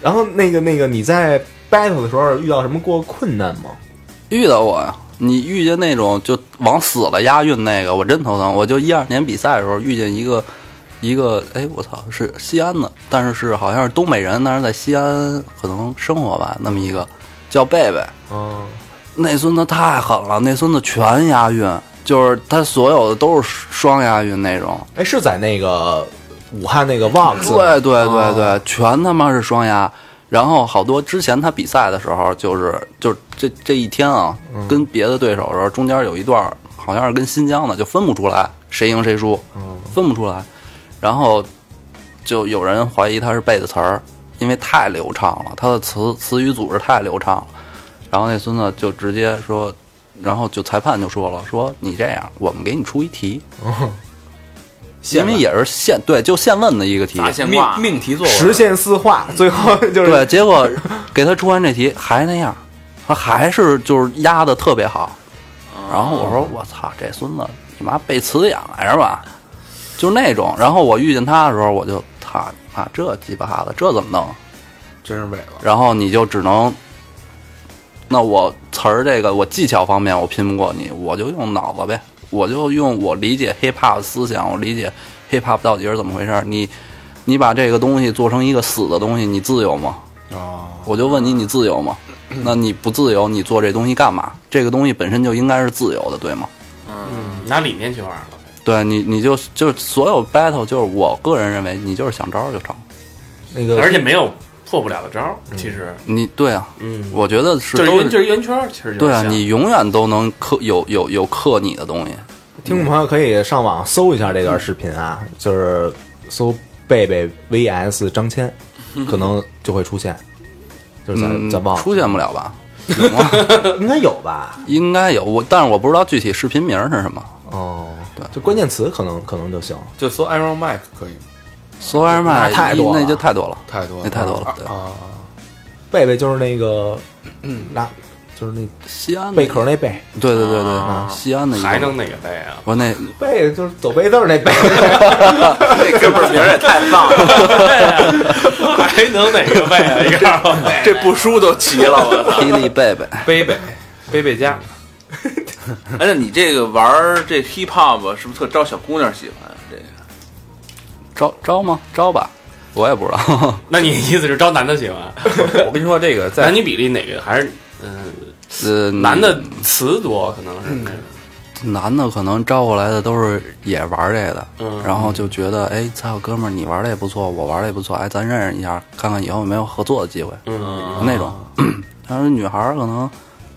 然后那个那个你在 battle 的时候遇到什么过困难吗？
遇到过呀。你遇见那种就往死了押运那个，我真头疼。我就一二年比赛的时候遇见一个一个，哎，我操，是西安的，但是是好像是东北人，但是在西安可能生活吧，那么一个叫贝贝。
嗯，
那孙子太狠了，那孙子全押运，就是他所有的都是双押运那种。
哎，是在那个武汉那个 Vox 吗
对对对对，全他妈是双压。然后好多之前他比赛的时候，就是就是这这一天啊，跟别的对手的时候，中间有一段好像是跟新疆的，就分不出来谁赢谁输，分不出来。然后就有人怀疑他是背的词儿，因为太流畅了，他的词词语组织太流畅了。然后那孙子就直接说，然后就裁判就说了，说你这样，我们给你出一题，因为也是现对就现问的一个题，
砸现
命
挂，
命题作
实
文，
现四化，最后就是
对，结果给他出完这题还那样，他还是就是压的特别好。
哦
然后我说我操，这孙子你妈背词眼来着吧？就那种。然后我遇见他的时候，我就他妈这鸡巴子这怎么弄？
真是伟了。
然后你就只能，那我词儿这个我技巧方面我拼不过你，我就用脑子呗，我就用我理解 hip hop 思想，我理解 hip hop 到底是怎么回事儿。你你把这个东西做成一个死的东西，你自由吗？我就问你，你自由吗？那你不自由，你做这东西干嘛？这个东西本身就应该是自由的，对吗？
嗯，拿理念去玩了。
对你，你就就所有 battle，就是我个人认为，你就是想招儿就成。
那个，
而且没有破不了的招儿，
嗯
其实，
你对啊，
嗯，
我觉得是
就是
都
圆就是圆圈儿，其实就是
对啊，
像
你永远都能克有有有克你的东西。
听众朋友可以上网搜一下这段视频啊，就是搜贝贝 VS 张骞，可能就会出现，就是在
嗯
在 Vox
出现不了吧？
应该有吧？
应该有我，但是我不知道具体视频名儿是什么。
哦，
对
就关键词可能可能就行。
就搜 Iron Mike 可以吗？
索尔麦
太多了
那就太多了，
太多了，
那太多了。对，
啊！
贝贝就是那个，那就是那
西安的
贝壳，那贝，
对对对
啊
对，西安的一个
还能哪个带啊？
我那
贝就是走背字儿那贝。
那哥们儿名儿也太棒了，
还能哪个带啊？你告诉我，
这不输都齐了，我操！
霹雳贝贝，
贝贝，贝贝家，
哎，那你这个玩儿这 hip hop 是不是特招小姑娘喜欢啊？这个
招招吗？招吧，我也不知道。
那你意思是招男的喜欢？
我跟你说，这个在
男女比例哪个还是嗯，
呃，
男的词多，可能是
男的可能招过来的都是也玩这个
嗯
的，然后就觉得哎，操哥们儿，你玩的也不错，我玩的也不错，哎，咱认识一下，看看以后有没有合作的机会，
嗯，
那种。 但是女孩儿可能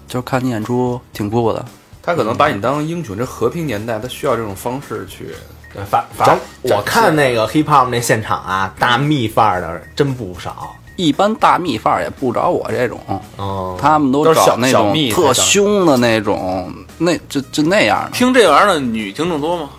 就是看你演出挺酷的，
他可能把你当英雄，这和平年代他需要这种方式去。
嗯
反
展
反
展
我看那个 hip hop 那现场啊，大蜜范儿的真不 少。
一般大蜜范儿也不找我这种，
哦，
他们都
都是小
找那
小
种
蜜才
特
找
凶的那种，那就就那样的。
听这玩意儿的女听众多吗？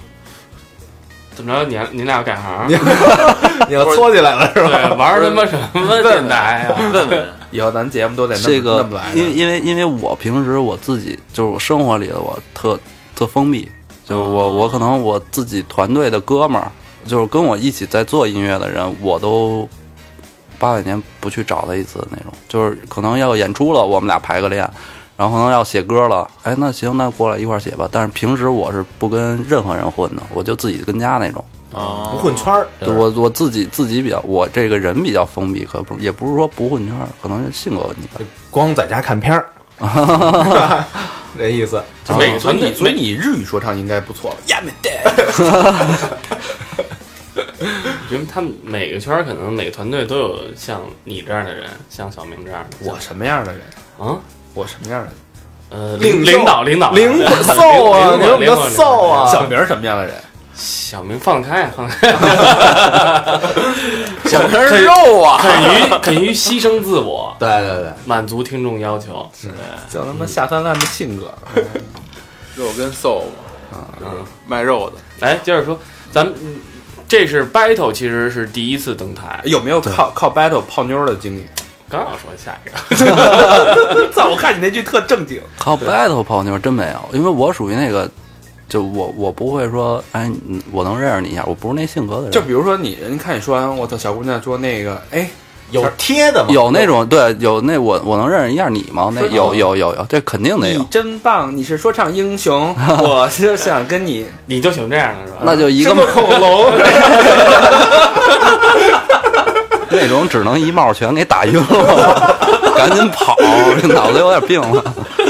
怎么着？你俩你俩要改行儿？
你要搓起来了是吧？
对，玩儿他妈什么电台啊？
问问，
以后咱节目都得那么
这
那
个
么来，的，
因为因为因为我平时我自己就是我生活里的我特特封闭，就是
哦
我我可能我自己团队的哥们儿，就是跟我一起在做音乐的人，我都八百年不去找他一次那种，就是可能要演出了，我们俩排个练。然后可能要写歌了，哎，那行，那过来一块儿写吧。但是平时我是不跟任何人混的，我就自己跟家那种。
不
哦
混圈儿，
对我我自己自己比较，我这个人比较封闭，可不也不是说不混圈儿，可能是性格问题吧。
光在家看片儿， 这意思。
就每个
所
团
以
队
你所以你日语说唱应该不错吧？
因为他们每个圈儿可能每个团队都有像你这样的人，像小明这样的。
我什么样的人？
啊，
我什么样的人？
呃，
领
领
袖
领导领导
灵
领
魂瘦啊，
领
你
导
有
领导
个瘦啊！
小明儿什么样的人？
小明放得开放得 开，
小明儿肉啊！
肯于肯于牺牲自我，
对对对，
满足听众要求。
就他妈下三滥的性格，
肉跟 soul
嗯，
卖肉的，
来哎接着说，咱们嗯这是 battle，其实是第一次登台。
有没有靠靠 battle 泡妞的 经历？
刚要说下一个，
操！我看你那句特正经，
靠 battle 泡妞真没有，因为我属于那个就我我不会说，哎，你我能认识你一下，我不是那性格的人。
就比如说你，人看你说完，我操，小姑娘说那个，哎，
有贴的吗？
有那种对，有那我我能认识一下你吗？那有有有有，这肯定得
你
有。
真棒，你是说唱英 雄，我就想跟 你
你就喜欢这样的是吧？
那就一个
恐龙。
那种只能一帽全给打晕了， 赶紧跑，这脑子有点病了。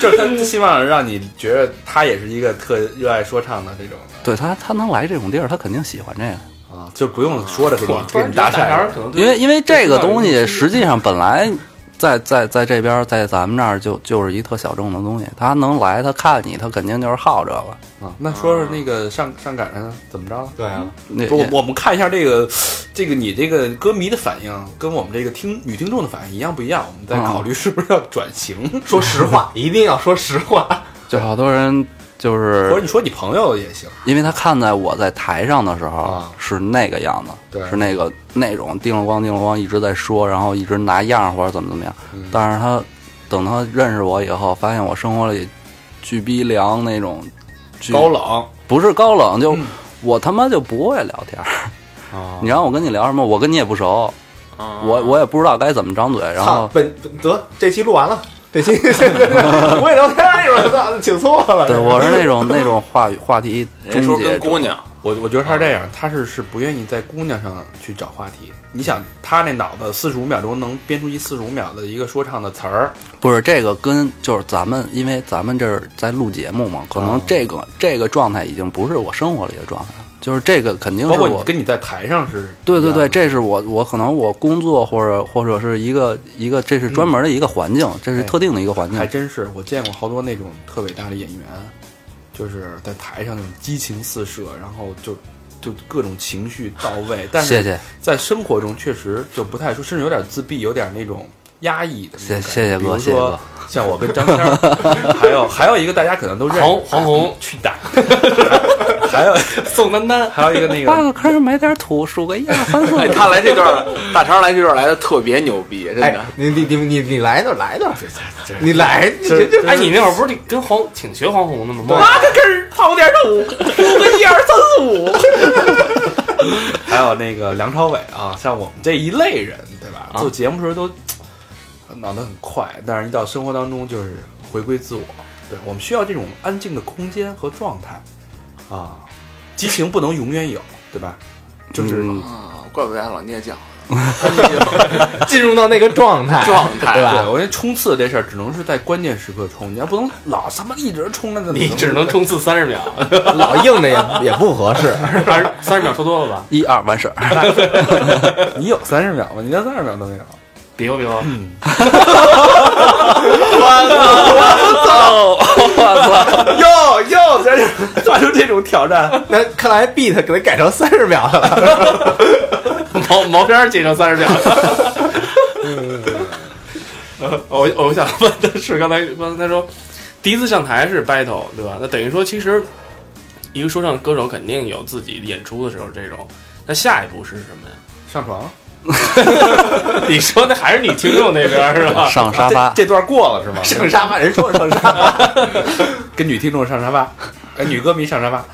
就是他希望让你觉得他也是一个特热爱说唱的这种
对他，他能来这种地儿，他肯定喜欢这个。
啊，就不用说了，给你
我突
给
然
你
觉得
搭
大
讪。
肠可能对
因为因为这个东
对
西实际上本来在在在这边在咱们这儿就就是一特小众的东西，他能来他看你，他肯定就是好这个。
啊，那说说那个上上赶上怎么着？
对啊，
那
不，我我们看一下这个，这个你这个歌迷的反应跟我们这个听女听众的反应一样不一样？我们在
嗯
考虑是不是要转型，
说实话，一定要说实话。
就好多人就
或者
是
你说你朋友也行。
因为他看在我在台上的时候
啊
是那个样子，
对
是那个那种叮了咣叮了咣一直在说，然后一直拿样儿或者怎么怎么样。
嗯
但是他等他认识我以后，发现我生活里巨逼凉那种，巨
高冷嗯
不是高冷，就、我他妈就不会聊天儿。
嗯
啊
你让我跟你聊什么？我跟你也不熟，我我也不知道该怎么张嘴。然
操
后，
本本得这期录完了，这 期不会聊天儿，我操，请错了。
对我是那种那种话语话题
人家说
终结
跟
者
姑娘，
我我觉得他是这样，他是是不愿意在姑娘上去找话题。你想，他那脑子四十五秒钟能编出一四十五秒的一个说唱的词儿，
不是这个跟就是咱们，因为咱们这儿在录节目嘛，可
啊
能这个、这个状态已经不是我生活里的状态了，就是这个肯定
包
是
括你
我。
跟你在台上是
对对对，
这
这是我我可能我工作或者或者是一个一个，这是专门的一个环境，这是特定的一个环境
嗯哎还。真是我见过好多那种特伟大的演员，就是在台上那种激情四射，然后就就各种情绪到位，但
谢
是
谢
在生活中确实就不太说，甚至有点自闭，有点那种。压抑的那种感觉，
谢谢谢
比
哥
如
谢谢
说
哥
像我跟张谦儿， 还有还有一个大家可能都认识，
黄黄宏
去打，还有
宋丹丹，
还有一个那
挖
个，
个坑买点土，数个一二三四。
哎，他来这段，大肠来这段来的特别牛逼，真
哎
的。，
你你你你你来一段来一段，你来，你这这
哎，你那会儿不是跟黄请学黄宏的吗？
还有那个梁朝伟啊，像我们这一类人，对吧？做节目时候都呃脑袋很快，但是一到生活当中就是回归自我。对，我们需要这种安静的空间和状态啊，激情不能永远有，对吧？ 就是
嗯
啊，怪不得老捏脚，
进入到那个状态，
状态
对
哎对，
吧？
我觉得冲刺这事儿只能是在关键时刻冲，你要不能老他妈一直冲着那
你只能冲刺三十秒，
老硬着也也不合适。
还是三十秒说多了吧？
一二完事儿，
你有三十秒吗？你连三十秒都没有。
比划比划，
嗯
哟哟，咱这发出这种挑战，
那看来 beat 给它改成三十秒了，
毛毛片儿解成三十秒。
嗯
呃 我我想问的是，刚才刚才说第一次上台是 battle，对吧？那等于说，其实一个说唱歌手肯定有自己演出的时候这种。那下一步是什么呀？
上 床。
你说那还是你听众那边儿是吧？
上沙发。
这段过了是吗？
上沙发人说上沙发，
跟女听众上沙发，哎，女歌迷上沙发，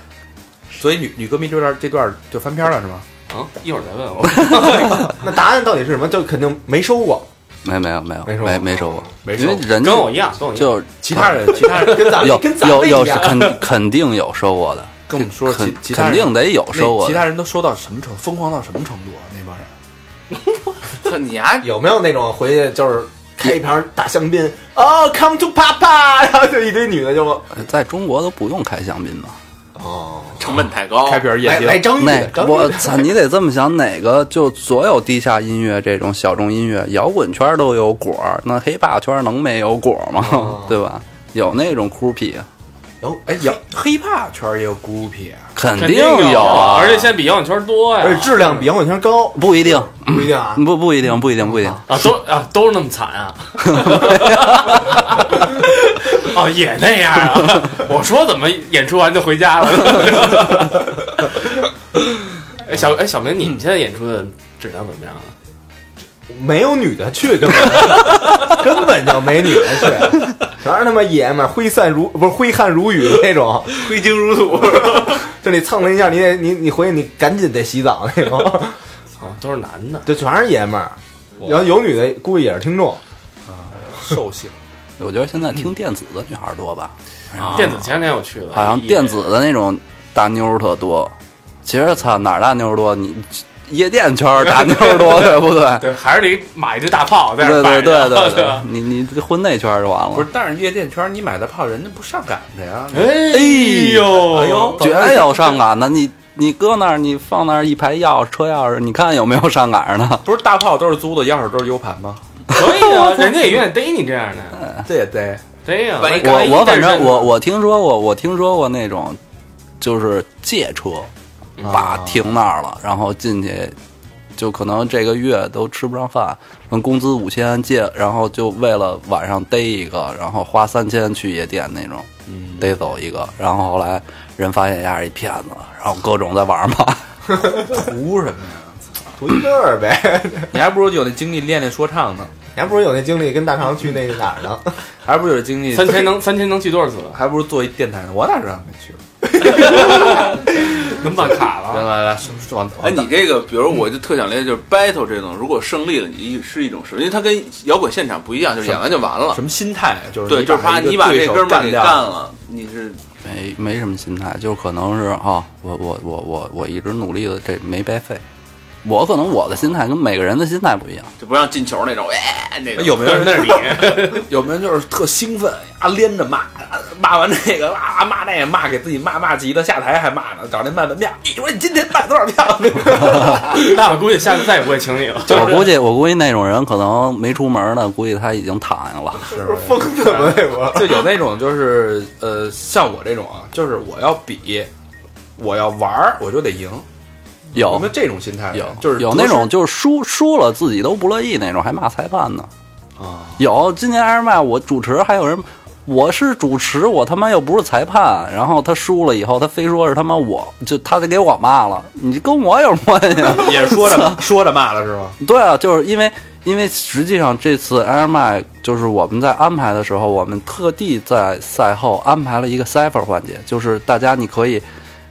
所以女女歌迷这段这段就翻篇了是吗？
啊，一会儿再问我。
那答案到底是什么？就肯定没收过，
没没有没有
没收
没没收过，
没收
因为人家
跟我一样，跟我一样。
就
其他 人其他人
跟咱
有
们跟咱
有
们一
有
样。
肯肯定有收获的，
跟我们说
肯
其其他
肯
人
定得有收
那
获
其
的。
他人都收到什么程疯狂到什么程度啊？那帮人
他 你还
有没有那种回去就是开一瓶大香槟，哦，come to papa，然后 就一堆女的就
在中国都不用开香槟吧？
哦，
成本太高，
开瓶儿
来
也
来
行，
张宇
那
的，张宇
我
的
操，你得这么想，哪个就所有地下音乐这种小众音乐，摇滚圈都有果儿，那黑怕圈能没有果儿吗
哦？
对吧？有那种酷皮，
有
哎，有黑怕圈也有 groupie 啊，
肯
肯定
有
啊，
啊，
而且现在比摇滚圈多呀，
而且质量比摇滚圈高，
不一定，
不一定啊。
不不一定，不一定，不一定。
啊，都啊都是那么惨啊！哦，也那样啊！我说怎么演出完就回家了？哎，小哎，小明，你们现在演出的质量怎么样啊？
没有女的去，根本根本就没女的去，全是他妈爷们儿，挥散如不是挥汗如雨那种，
挥金如土，
就你蹭了一下，你得你你回去你赶紧得洗澡那 种，
啊，都是男的，
就全是爷们儿。然后有女的，估计也是听众，
兽性，
我觉得现在听电子的女孩多吧，
嗯电子前两天我去了，
好像电子的那种大妞儿特多。其实操，哪儿大妞儿多？你 夜店圈儿大妞 儿多，对不对？
对，还是得买一只大炮在
对
那摆
对对
着，
对
对
对，你你混那圈儿就完了。
不是，但是夜店圈你买的炮，人家不上赶着呀。
哎呦，
哎呦
绝有上杆的，你你搁那儿，你放那儿一排钥匙、车钥匙，你看有没有上杆的？
不是大炮都是租的，钥匙都是 U 盘吗？
可以啊，人家也愿意逮你这样的，
哎
这也得
对呀，
万一干
我我反
但是
正我我听说过，我听说过那种，就是借车，
啊
把停那儿了，然后进去，就可能这个月都吃不上饭，跟工资五千借，然后就为了晚上逮一个，然后花三千去夜店那种，
嗯
逮走一个，然后后来人发现丫是一骗子，然后各种在网上骂。
图什么呀？
图一乐儿呗。
你还不如有那精力练练说唱呢，
你还不如有那精力跟大肠去那个哪儿呢？
还不如有精力，
三天能三天能去多少次？
还不如做一电台呢。我哪知道没去过？
能办卡
来
了，
来来，往
哎，
往
你这个，比如我就特想了解，就是 battle 这种，如果胜利了，你是一种什么？因为它跟摇滚现场不一样，就是演完就完了
什。么心态？就是
啊对，就是啪，
你
你把
这
这哥们儿
干
给
掉
干，了，你是
没没什么心态，就可能是啊、我我我我我一直努力的，这没白费。我可能我的心态跟每个人的心态不一样，
就不让进球那种，哎，那
哎
种
有没有人
那是你，
有没有就是特兴奋啊，连着骂，啊骂完这个啊骂那个骂，给自己骂骂急了，下台还骂呢，找那卖门票，你说你今天卖多少票？
那我估计下次再也不会请你了。
我估计我估计那种人可能没出门呢，估计他已经躺下了。
疯子吗？那 不
就有那种就是呃，像我这种啊，就是我要比，我要玩儿，我就得赢，有
有
没有这种心态？
有
就是
有
得
那
失
种就是输输了自己都不乐意那种，还骂裁判呢。
啊，
有今年 R 麦我主持，还有人我是主持，我他妈又不是裁判。然后他输了以后，他非说是他妈我就他就给我骂了，你跟我有什么关系啊？
也是 说着说着骂了是吗？
对啊，就是因为因为实际上这次 Air Mac 就是我们在安排的时候，我们特地在赛后安排了一个 Cipher 环节，就是大家你可以。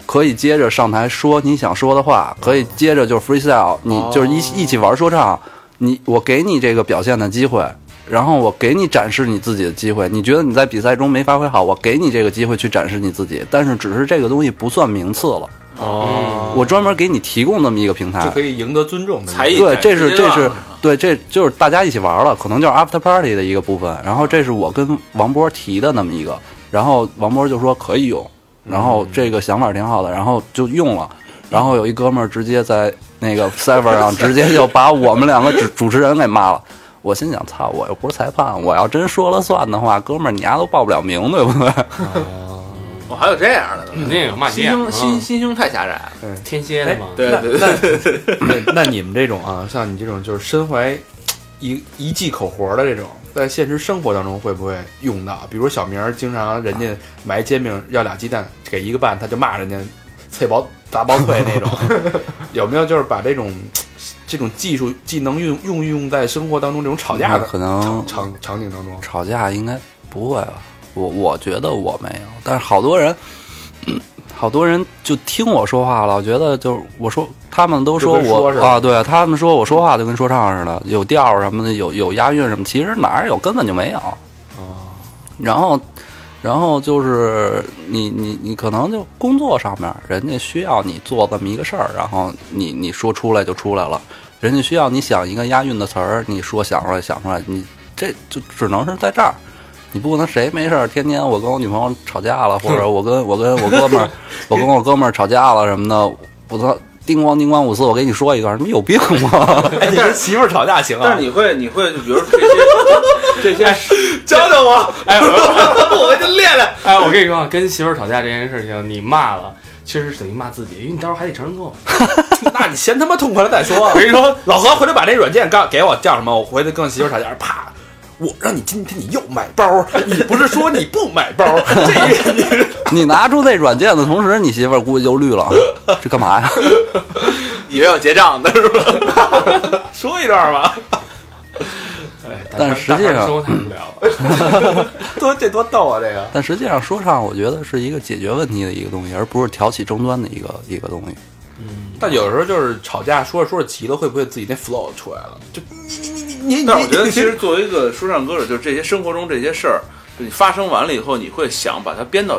可以接着上台说你想说的话，可以接着就 freestyle，你就是一一起玩说唱，你我给你这个表现的机会，然后我给你展示你自己的机会。你觉得你在比赛中没发挥好，我给你这个机会去展示你自己，但是只是这个东西不算名次了，
哦，
我专门给你提供这么一个平台，
就可以赢得尊重的意思
才艺
对，
展
这
示
是
了
这是对，这就是大家一起玩了，可能就是 after party 的一个部分。然后这是我跟王波提的那么一个，然后王波就说可以用，然后这个想法挺好的，然后就用了。然后有一哥们儿直接在那个 server 上直接就把我们两个主主持人给骂了。我心想，操，我又不是裁判，我要真说了算的话，哥们儿你丫都报不了名，对不对？
我哦还有这样的呢，
肯定有骂
心
街，
胸心
嗯
心胸太狭窄了。
天蝎的
哎
嘛，
对对对，
那那你们这种啊，像你这种就是身怀一一技口活的这种，在现实生活当中会不会用到？比如小明儿经常人家买煎饼要俩鸡蛋，给一个半，他就骂人家脆薄砸薄脆那 种，有没有就是把这种这种技术技能运用用在生活当中这种吵架的
可能
场场景当中？
吵架应该不会吧？我我觉得我没有，但是好多人， 好多人就听我说话了，我觉得就是我说他们都说
就跟说
我
似的
啊，对他们说我说话就跟说唱似的，有调儿什么的，有有押韵什么，其实哪儿有根本就没有。
哦
然后，然后就是你你你可能就工作上面，人家需要你做这么一个事儿，然后你你说出来就出来了，人家需要你想一个押韵的词儿，你说想出来想出来，你这就只能是在这儿。你不能谁没事儿天天我跟我女朋友吵 架了，或者我跟我跟我哥们儿，我跟我哥们儿吵架了什么的，我操，叮咣叮咣五四，我给你说一段，你有病 吗？
哎，你跟媳妇儿吵架行
但
啊哎
是？你会你会就比如说这些这些
教教我，
哎，我
我就练练。
哎，我跟你说啊，跟媳妇儿吵架这件事情，你骂了，确实等于骂自己，因为你到时候还得承认错误。
那你先他妈痛快了再说。啊
我跟你说，
老何，回头把这软件告给我，叫什么？我回头跟我媳妇吵架，啪！我让你今天你又买包，你不是说你不买包？这你
你拿出那软件的同时，你媳妇儿估计就绿了，这干嘛呀？
以为要结账的是吧？
说一段吧。
哎，
但实际上
说太无聊
哎
了。
多这多逗啊！这个
但实际上，说唱我觉得是一个解决问题的一个东西，而不是挑起争端的一个一个东西。
但有的时候就是吵架，说着说着急了，会不会自己那 flow 出来了？就
但是我觉得，其实作为一个说唱歌手，就是这些生活中这些事儿，就你发生完了以后，你会想把它编到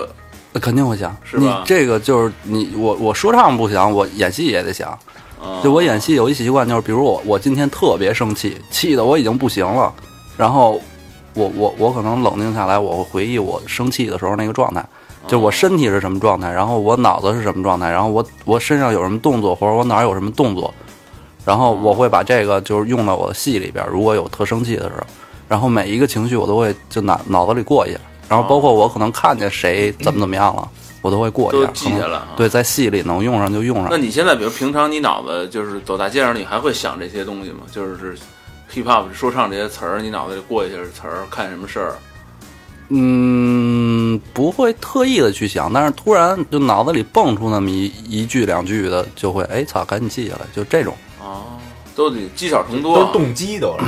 那肯定会想，
是
你
吧
这个就是你我我说唱不想，我演戏也得想。
啊，
就我演戏有一习惯，就是比如我我今天特别生气，气的我已经不行了，然后我我我可能冷静下来，我会回忆我生气的时候那个状态，就是我身体是什么状态，然后我脑子是什么状态，然后我我身上有什么动作，或者我哪儿有什么动作，然后我会把这个就是用到我的戏里边，如果有特生气的时候，然后每一个情绪我都会就脑脑子里过一下，然后包括我可能看见谁怎么怎么样了，我都会过一
都
下，
记
可
下
能
来啊。
对，在戏里能用上就用上
那。你现在比如平常你脑子就是走大街上，你还会想这些东西吗？就是 hip hop 说唱这些词儿，你脑子里过一下词儿，看什么事儿
嗯，不会特意的去想，但是突然就脑子里蹦出那么一一句两句的，就会哎操，赶紧记下来，就这种。哦
啊，都得积少成多
都
啊
是，动机都是。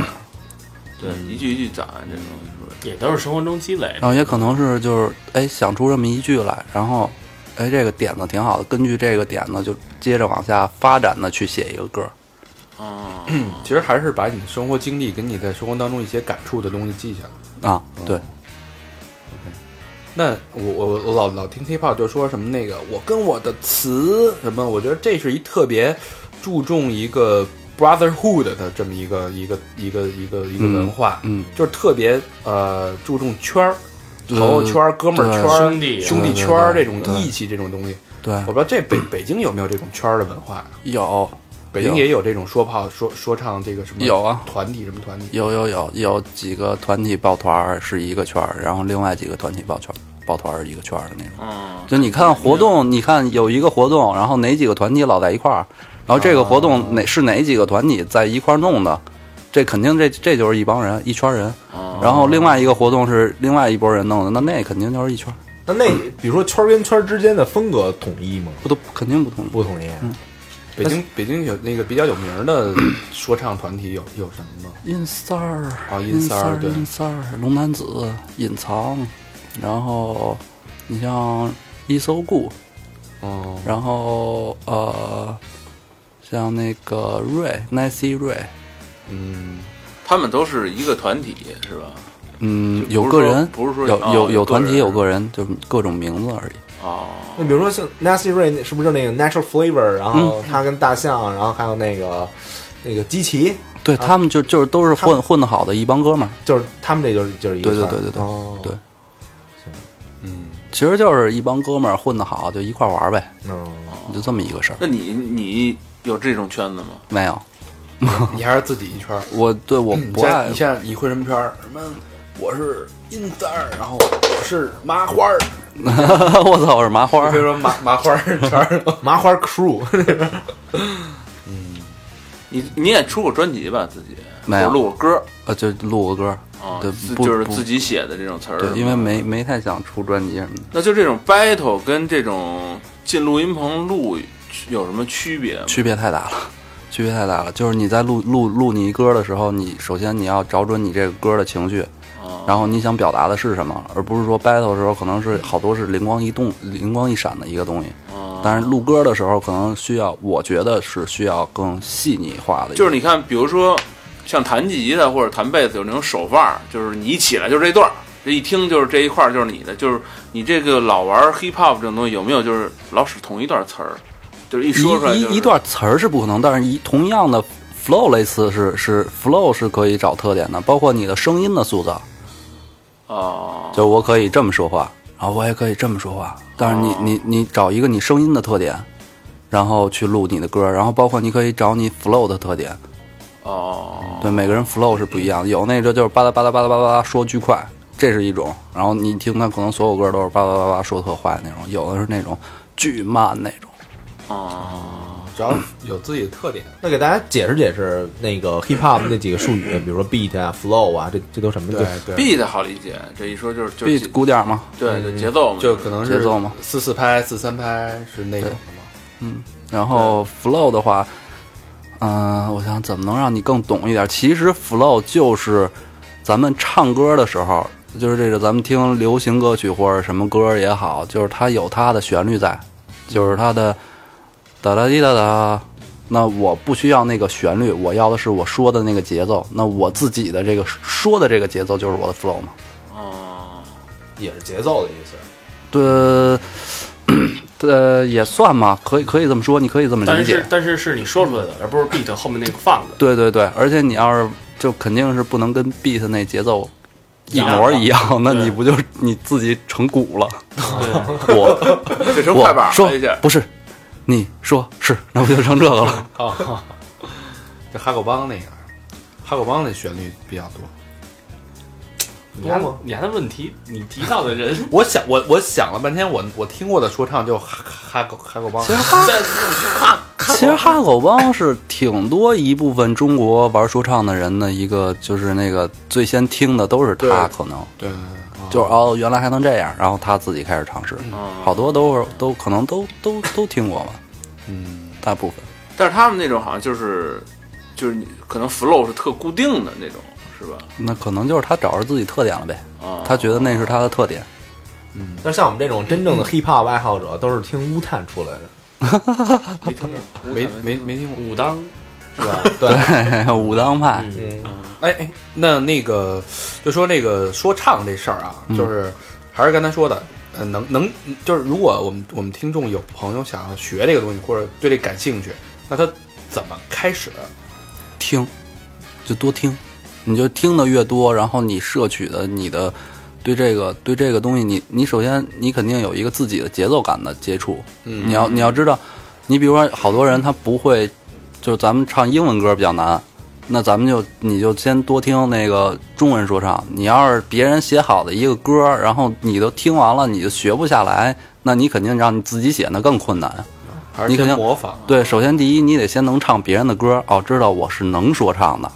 对，一句一句攒这种是吧。
也都是生活中积累
然后也可能是就是哎想出这么一句来，然后哎这个点子挺好的，根据这个点子就接着往下发展的去写一个歌。
啊，
其实还是把你的生活经历跟你在生活当中一些感触的东西记下来。
啊，对，
那我我我老老听 hiphop 就说什么那个我跟我的词什么，我觉得这是一特别注重一个 brotherhood 的这么一个一个一个一个一个
嗯
文化，
嗯，
就是特别呃注重圈儿、
对
朋友圈儿、哥们儿圈儿、
兄弟
兄弟圈儿这种义气这种东西。
对
我不知道这 北北京有没有这种圈儿的文化，
有
北京也有这种说炮说说唱这个什么
有啊
团体什么团体
有有有有几个团体抱团儿是一个圈儿，然后另外几个团体抱圈儿抱团儿是一个圈儿的那种。
嗯，
就你看活动，你看有一个活动，然后哪几个团体老在一块儿，然后这个活动哪是哪几个团体在一块儿弄的，这肯定这这就是一帮人一圈人，
啊
然后另外一个活动是另外一拨人弄的，那那肯定就是一圈儿，
那那比如说圈儿跟圈儿之间的风格统一吗？
不都肯定不同意。
不统一。啊
北京北京有那个比较有名儿的说唱团体有有什么吗？
印三儿，
哦印
印
三儿
儿，
对
印三儿，啊龙男子，隐藏，然后你像一搜顾，
哦，
然后呃，像那个瑞，Nice 瑞，
嗯，
他们都是一个团体是吧？
嗯，
就
有
不是
个
说
人，
不是说
有
哦
有
有
有团
个
体，
人
有个人，就是各种名字而已。
哦，
那比如说像 Nasty Ray 是不是就那个 Natural Flavor？然后他跟大象，然后还有那个那个基奇，
对啊他们就就是都是
他们
混混得好的一帮哥们儿，
就是他们这就是就是一个
对对
圈儿
对对对
哦
对
嗯
其实就是一帮哥们儿混得好就一块儿玩儿呗，
嗯，
哦
就这么一个事儿。
那你你有这种圈子吗？
没有，
你还是自己一圈儿。
我对我
嗯
你
不
现在
爱
你，现在你会什么圈儿？什么？我是印字儿，然后我是麻花儿。
我操，我是麻花
比如
儿。
说麻麻花儿圈儿，
麻花 crew
你你也出过专辑吧？自己
没有
或者录过歌
呃，就录个歌儿，
啊，
对
自
不
就是
不
自己啊写的这种词儿是吗，
对，因为没没太想出专辑什么的。
那就这种 battle 跟这种进录音棚录有什么区别吗？
区别太大了，区别太大了。就是你在录录录你一歌的时候，你首先你要找准你这个歌的情绪，
哦
然后你想表达的是什么，而不是说 battle 的时候可能是好多是灵光一动、灵光一闪的一个东西。
哦
但是录歌的时候，可能需要，我觉得是需要更细腻化的一个。
就是你看，比如说像弹吉他或者弹贝斯有那种手腕儿，就是你一起来就是这段儿，这一听就是这一块儿就是你的，就是你这个老玩儿 hip hop 这种东西有没有就是老使同一段词儿，就是一说出来、
一
就是、
一一段词儿是不可能，但是一同样的 flow 类似是是 flow 是可以找特点的，包括你的声音的塑造。
哦，
就我可以这么说话，然后我也可以这么说话，但
哦
是你你你找一个你声音的特点，然后去录你的歌，然后包括你可以找你 flow 的特点，
哦，
对，每个人 flow 是不一样的，有那个就是吧嗒吧嗒吧嗒吧嗒说巨快，这是一种，然后你听他可能所有歌都是吧嗒吧嗒吧嗒说特快那种，有的是那种巨慢那种，
只要有自己的特点。
那给大家解释解释那个 hip hop 那几个术语，比如说 beat 啊、flow 啊，这这都什么？
对
就
对，
beat 好理解，这一说就是就
这
是
鼓点儿嘛，
对就节奏嘛，
就可能是
节奏嘛
四四拍、四三拍是那种的嘛。
然后 flow 的呃话，嗯、我想怎么能让你更懂一点？其实 flow 就是咱们唱歌的时候，就是这个咱们听流行歌曲或者什么歌也好，就是它有它的旋律在，就是它的哒哒滴哒哒。那我不需要那个旋律，我要的是我说的那个节奏。那我自己的这个说的这个节奏就是我的 flow 嘛。
哦，
也是节奏的意思。
对， 呃，也算吧，可以可以这么说，你可以这么
但
理
是
解。
但是是你说出来的，而不是 beat 后面那个放的。
对对对，而且你要是就肯定是不能跟 beat 那节奏一模一样，那你不就你自己成骨了？ 我
这成快
我
板
说
了一下。
不是，你说是， 那不就成这个了？
哦
啊，这哈狗帮那个，哈狗帮那旋律比较多。
你看你看问题，你提到的人
我想我我想了半天，我我听过的说唱就哈哈狗哈狗帮，
其实哈狗帮是挺多一部分中国玩说唱的人的一个，就是那个最先听的都是他，可能
对，
就是哦，原来还能这样，然后他自己开始尝试，
嗯
好多都是都可能都都都听过吧，
嗯，
大部分。
但是他们那种好像就是就是你可能 flow 是特固定的那种，是吧？
那可能就是他找着自己特点了呗，
啊，
他觉得那是他的特点。
但是像我们这种真正的 hip hop 爱好者，都是听乌探出来的，
没听过，
没没没听过。
武当
是吧？对，
武当派，
嗯，
哎哎，那那个就说那个说唱这事儿啊，
嗯
就是还是刚才说的，呃，能能就是如果我们我们听众有朋友想要学这个东西或者对这感兴趣，那他怎么开始？
听，就多听，你就听的越多，然后你摄取的你的对这个对这个东西，你你首先你肯定有一个自己的节奏感的接触，
嗯
你要你要知道，你比如说好多人他不会，就是咱们唱英文歌比较难。那咱们就你就先多听那个中文说唱。你要是别人写好的一个歌，然后你都听完了，你就学不下来，那你肯定让你自己写那更困难。
还是
你肯
先
定
模仿？
对，首先第一，你得先能唱别人的歌哦，知道我是能说唱的，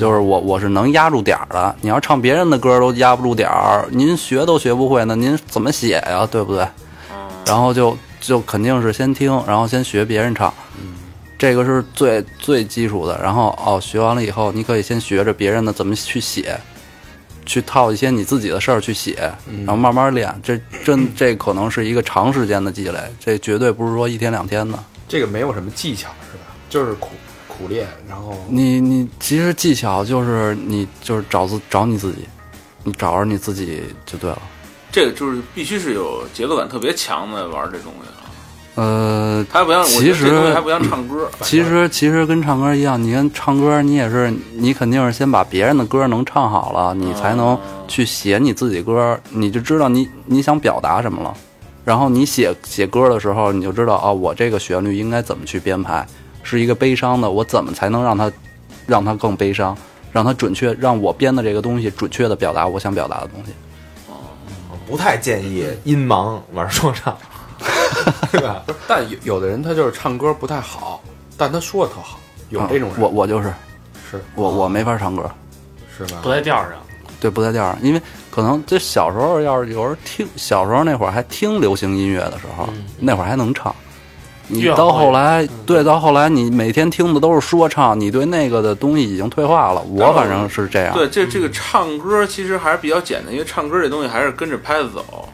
就是我我是能压住点儿的。你要唱别人的歌都压不住点儿，您学都学不会呢，您怎么写呀？对不对？然后就就肯定是先听，然后先学别人唱，这个是最最基础的。然后哦，学完了以后，你可以先学着别人的怎么去写。去套一些你自己的事儿去写，然后慢慢练，这真这可能是一个长时间的积累，这绝对不是说一天两天的。
这个没有什么技巧是吧？就是苦苦练，然后
你你其实技巧就是你就是找自找你自己，你找着你自己就对了。
这个就是必须是有节奏感特别强的玩这东西啊。
呃，
他还不像我觉得
其实
这东西还不像唱歌，
其实其实跟唱歌一样，你跟唱歌你也是你肯定是先把别人的歌能唱好了，你才能去写你自己歌，你就知道你你想表达什么了。然后你写写歌的时候，你就知道啊，我这个旋律应该怎么去编排，是一个悲伤的，我怎么才能让它让它更悲伤，让它准确，让我编的这个东西准确的表达我想表达的东西。
不太建议音盲玩说唱，对
嗯
吧？
但有有的人他就是唱歌不太好，但他说的特好，有这种
啊
人、
我我就是
是
我我没法唱歌，
是吧
不？在调上，
对，不在调上，因为可能这小时候要是有人听，小时候那会儿还听流行音乐的时候，
嗯
那会儿还能唱。你
越嗯往
到
后
后来，对，到后来你每天听的都是说唱，你对那个的东西已经退化了。我反正是这样，
对，这这个唱歌其实还是比较简单，因为唱歌这东西还是跟着拍子走。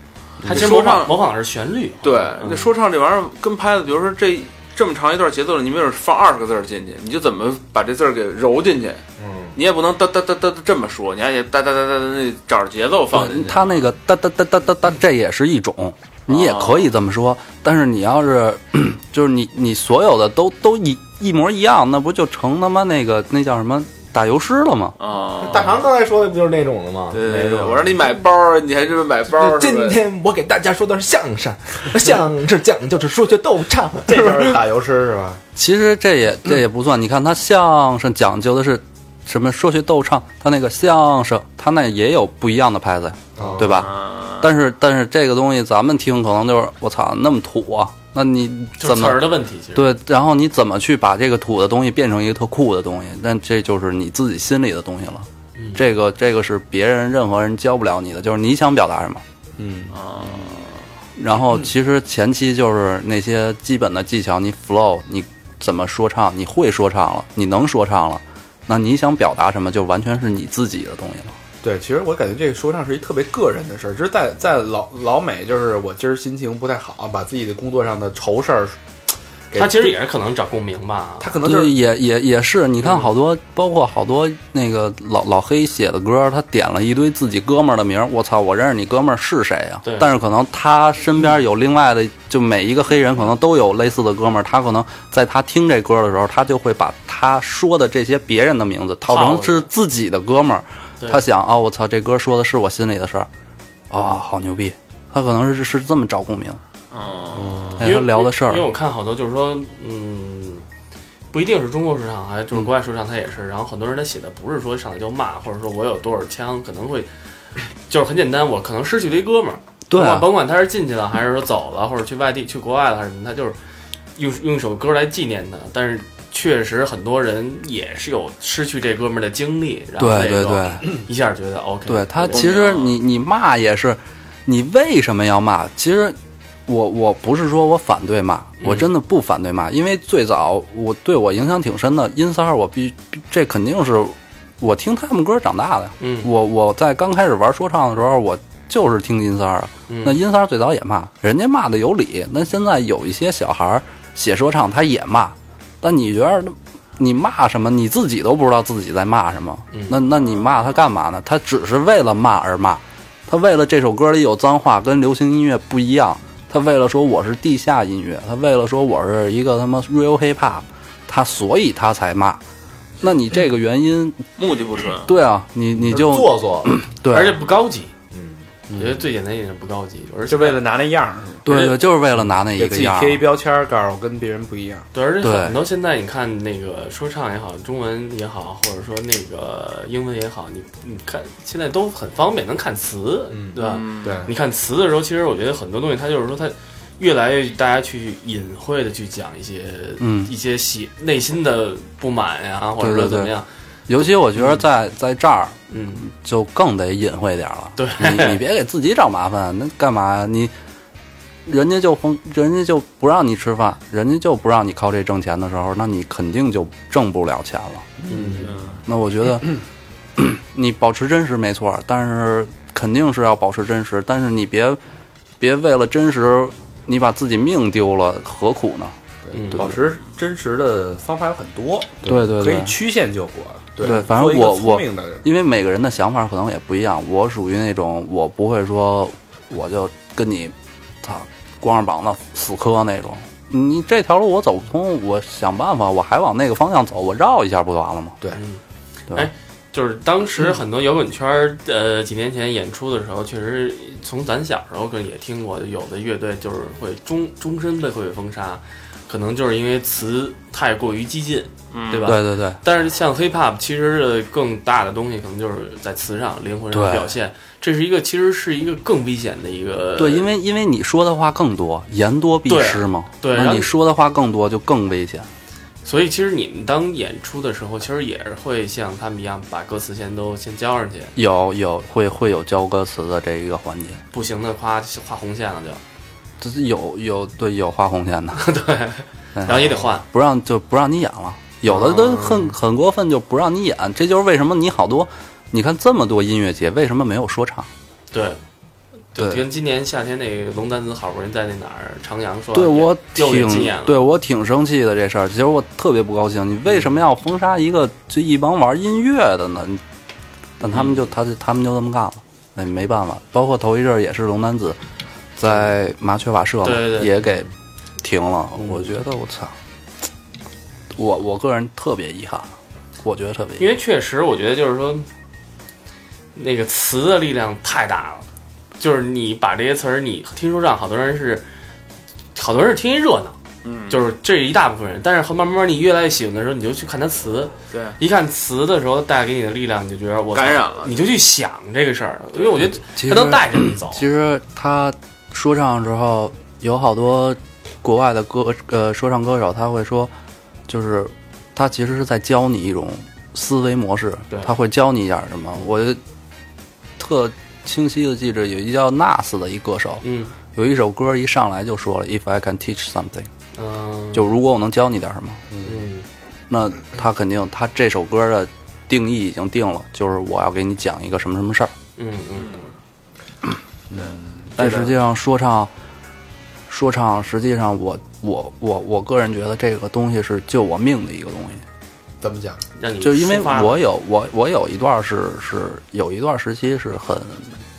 他其实模
说唱
仿模仿的是旋律。嗯
对，那说唱这玩意儿跟拍子，比如说这这么长一段节奏，你没准放二十个字儿进去，你就怎么把这字儿给揉进去？嗯，你也不能哒哒哒哒哒这么说，你还得哒哒哒哒哒那找着节奏放进去。
他那个哒哒哒哒哒哒，这也是一种，你
哦
也可以这么说。但是你要是 就是你你所有的都都一一模一样，那不就成他妈那个那叫什么打油诗了吗？
啊，
大长刚才说的不就是那种的吗？
对对
那
对，
种
我让你买包儿，你还是买包儿，是
今
吧
天我给大家说的是相声，相声讲究是说学逗唱，这
就是打油诗是 吧？
其实这也
嗯
这也不算，你看他相声讲究的是什么？说学逗唱，他那个相声，他那也有不一样的拍子，
嗯
哦
对吧？
啊，
但是但是这个东西咱们听可能就是我操那么土啊，那你
就是
怎
词
么
儿的问题，其实
对？然后你怎么去把这个土的东西变成一个特酷的东西？那这就是你自己心里的东西了。
嗯
这个这个是别人任何人教不了你的，就是你想表达什么。
嗯，
啊然后其实前期就是那些基本的技巧，你 flow，你怎么说唱，你会说唱了，你能说唱了，那你想表达什么，就完全是你自己的东西了。
对，其实我感觉这个说唱是一特别个人的事儿，就是在在老老美，就是我今儿心情不太好，把自己的工作上的愁事儿给，
他其实也是可能找共鸣吧。
他可能就
对，
是
也也也是，你看好多，包括好多那个老老黑写的歌，他点了一堆自己哥们儿的名儿，我操，我认识你哥们儿是谁呀、
对
但是可能他身边有另外的，就每一个黑人可能都有类似的哥们儿，他可能在他听这歌的时候，他就会把他说的这些别人的名字套
套
成
了
是自己的哥们儿
对，
他想啊、我操，这歌说的是我心里的事儿，啊、好牛逼，他可能是是这么找共鸣，
嗯，
哎
因
他
为
聊的事儿
因为，我看好多就是说，嗯，不一定是中国市场，还
嗯
就是国外市场，他也是。然后很多人他写的不是说上来就骂，或者说我有多少枪，可能会就是很简单，我可能失去了一哥们儿，
对、
甭管
啊，
甭管他是进去了，还是说走了，或者去外地、去国外了，还是什么，他就是用用一首歌来纪念他。但是确实很多人也是有失去这哥们儿的经历，然后
对
那
对
种
对。
一下觉得 OK，
对他，
懂
其
了
啊
实你你骂也是，你为什么要骂？其实我我不是说我反对骂，我
嗯
真的不反对骂，因为最早我对我影响挺深的，因三儿我必必这肯定是我听他们歌长大的。
嗯
我我在刚开始玩说唱的时候，我就是听音三儿，
嗯
那音三儿最早也骂，人家骂的有理。那现在有一些小孩儿写说唱，他也骂，但你觉得你骂什么？你自己都不知道自己在骂什么
嗯，
那那你骂他干嘛呢？他只是为了骂而骂，他为了这首歌里有脏话，跟流行音乐不一样。他为了说我是地下音乐，他为了说我是一个他妈 real hip hop，他所以他才骂。那你这个原因，
目的不纯，
对啊，你你就
做作，
对，
而且不高级。
嗯，
我觉得最简单一点是不高级，而且
就为了拿那样儿，
对对，就是为了拿那一
给
个
自己
样儿。
贴一标签儿，告诉我跟别人不一样。
对，而且
对
很多现在你看那个说唱也好，中文也好，或者说那个英文也好，你你看现在都很方便，能看词，
嗯
对吧？
嗯
对，
你看词的时候，其实我觉得很多东西它就是说它越来越大家去隐晦的去讲一些、
嗯
一些喜内心的不满呀、或者
对
说
对
怎么
对
样，
尤其我觉得在在这儿
嗯，
就更得隐晦点儿了。
对
你你别给自己找麻烦，那干嘛呀？你人家就红，人家就不让你吃饭，人家就不让你靠这挣钱的时候，那你肯定就挣不了钱了。
嗯
那我觉 得你保持真实没错，但是肯定是要保持真实，但是你别别为了真实，你把自己命丢了，何苦呢？
嗯
保持真实的方法有很多，
对对
可
对
以曲线救国。
对反正
做一个
我
聪明的人
因为每个人的想法可能也不一样。我属于那种我不会说我就跟你，操，光着膀子死磕那种。你这条路我走不通，我想办法，我还往那个方向走，我绕一下不就完了吗？
嗯
对吧嗯
哎，就是当时很多摇滚圈儿，呃，几年前演出的时候，确实从咱小时候跟也听过，有的乐队就是会终终身被会被封杀，可能就是因为词太过于激进，
嗯，
对吧？
对对对，
但是像 hip hop，其实呃更大的东西可能就是在词上、灵魂上的
对
表现，这是一个其实是一个更危险的一个
对，因为因为你说的话更多，言多必失嘛。
对对然
那
后
你说的话更多就更危险。
所以其实你们当演出的时候，其实也是会像他们一样把歌词先都先交上去，
有有会会有教歌词的这一个环节，
不行的夸画红线了就，
这是有有对有画红线的，
对，
然
然后也得换。
不让就不让你演了。有的都很很过分，就不让你演，这就是为什么你好多，你看这么多音乐节，为什么没有说唱？
对，就
对
跟今年夏天那个龙丹子好不容易在那哪儿长阳说，
对我
又有经
挺
验了，
对我挺生气的这事儿，其实我特别不高兴。你为什么要封杀一个就一帮玩音乐的呢？你但他们
嗯
就他就他们就这么干了，那没办法。包括头一阵儿也是龙丹子在麻雀瓦舍嘛，
对对对
也给停了。
嗯
我觉得我操，我我个人特别遗憾，我觉得特别遗憾
因为确实我觉得就是说，那个词的力量太大了，就是你把这些词儿，你听说唱，好多人是，好多人是听一热闹。
嗯，
就是这一大部分人，但是后慢慢你越来越喜欢的时候，你就去看他词，
对，
一看词的时候带给你的力量，你就觉得我操
感染了
你就去想这个事儿，因为我觉得
其
他
实
能带着你走。
其实他说唱的时候，有好多国外的歌呃说唱歌手，他会说，就是他其实是在教你一种思维模式
对，
他会教你一点什么。我就特清晰的记着，有一叫 Nas 的一歌手，
嗯
有一首歌一上来就说了 “If I can teach something”，
嗯，
就如果我能教你点什么，
嗯
那他肯定他这首歌的定义已经定了，就是我要给你讲一个什么什么事儿。
嗯嗯，
但实际上说唱，说唱实际上我我我我个人觉得这个东西是救我命的一个东西，
怎么讲？
嗯让你
就因为
抒发
我有我我有一段是是有一段时期是很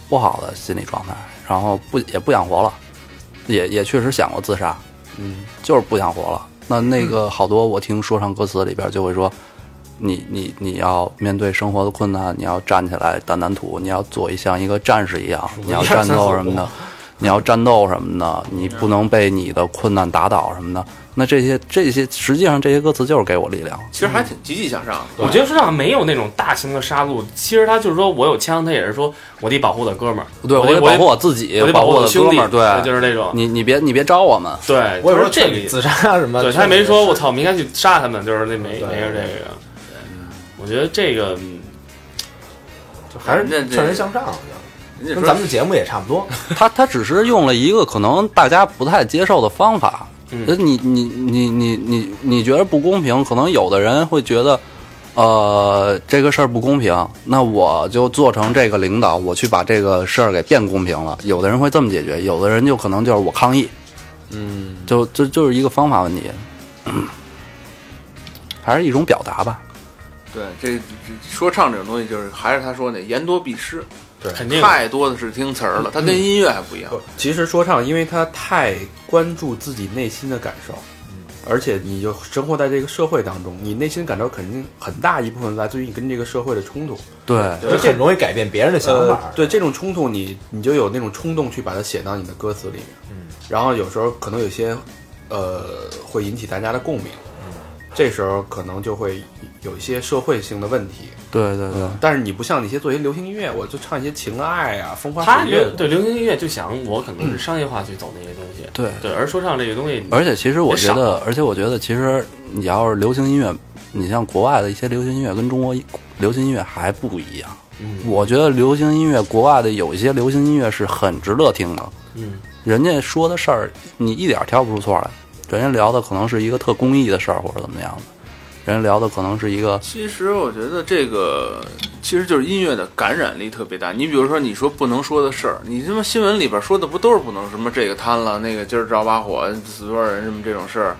不好的心理状态，然后不也不想活了，也也确实想过自杀，嗯，就是不想活了。那那个好多我听说唱歌词里边就会说。你你你要面对生活的困难，你要站起来挡挡土，你要做一像一个战士一样，你要战斗什么的，你要战斗什么的，你不能被你的困难打倒什么的。那这些这些，实际上这些歌词就是给我力量。
其实还挺积极向上的。
我觉得说唱没有那种大型的杀戮，其实他就是说我有枪，他也是说我得保护我的哥们儿，
对，
我
我
得
得
我
保
得
护我自己，
我得
保
护
护
的
的
兄
哥
弟
们儿。对，
就是那种。
你你别你别招我们。
对，
我
就
也
是
说
这
劝
个意
你
思。
自杀啊什么，
对，他也没说我操，我们应该去杀他们，就是那没
对
没有这个。我觉得这个嗯
还是
人家
劝人向上，
人家
跟
说
咱们的节目也差 不多。
他他只是用了一个可能大家不太接受的方法。
嗯
呃你你你你你你觉得不公平，可能有的人会觉得，呃，这个事儿不公平，那我就做成这个领导，我去把这个事儿给变公平了。有的人会这么解决，有的人就可能就是我抗议，嗯，就这就是一个方法问题，还是一种表达吧。
对这这说唱这种东西，就是还是他说那言多必失，
肯定
太多的是听词儿了，它跟音乐还不一样。
呃其实说唱，因为它太关注自己内心的感受，而且你就生活在这个社会当中，你内心感受肯定很大一部分来自于你跟这个社会的冲突。
对，
就很容易改变别人的想
呃
法，。
对这种冲突你，你就有那种冲动去把它写到你的歌词里面。嗯，然后有时候可能有些，呃，会引起大家的共鸣。
嗯
这时候可能就会有一些社会性的问题，
对对对，
但是你不像那些做一些流行音乐，我就唱一些情爱啊、风花
他
雪月
流对流行音乐就想我可能是商业化去走那些东西，
对
对，而说唱这个东西，
而且其实我觉
别
得，而且我觉得，其实你要是流行音乐，你像国外的一些流行音乐跟中国流行音乐还不一样。我觉得流行音乐，国外的有一些流行音乐是很值得听的，
嗯，
人家说的事儿你一点儿挑不出错来，人家聊的可能是一个特公益的事儿或者怎么样的，人家聊的可能是一个
其实我觉得这个其实就是音乐的感染力特别大。你比如说，你说不能说的事儿，你他妈新闻里边说的不都是不能什么这个贪了，那个今儿着把火死多少人什么这种事儿，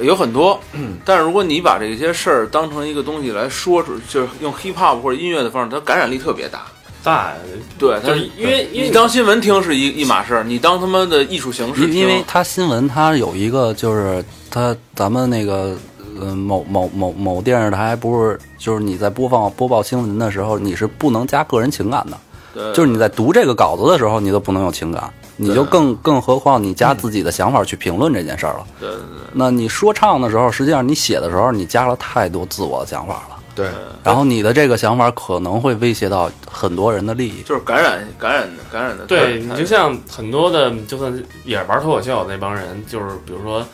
有很多。但是如果你把这些事儿当成一个东西来说出，就是用 hip hop 或者音乐的方式，它感染力特别大。
大
对，它
就是因为因为
你当新闻听是一一码事儿，你当他妈的艺术形式
因
听，
因为他新闻他有一个就是他咱们那个呃某某某某电视台不是就是你在播放播报新闻的时候你是不能加个人情感的，
呃
对
就是你在读这个稿子的时候你都不能有情感，你就更更何况你
嗯
加自己的想法去评论这件事儿了。
对对对
那你说唱的时候，实际上你写的时候你加了太多自我的想法了，
对，
然后你的这个想法可能会威胁到很多人的利益。
就是感染感染感染的。
对你就像很多的，就算也玩脱口秀那帮人，就是比如说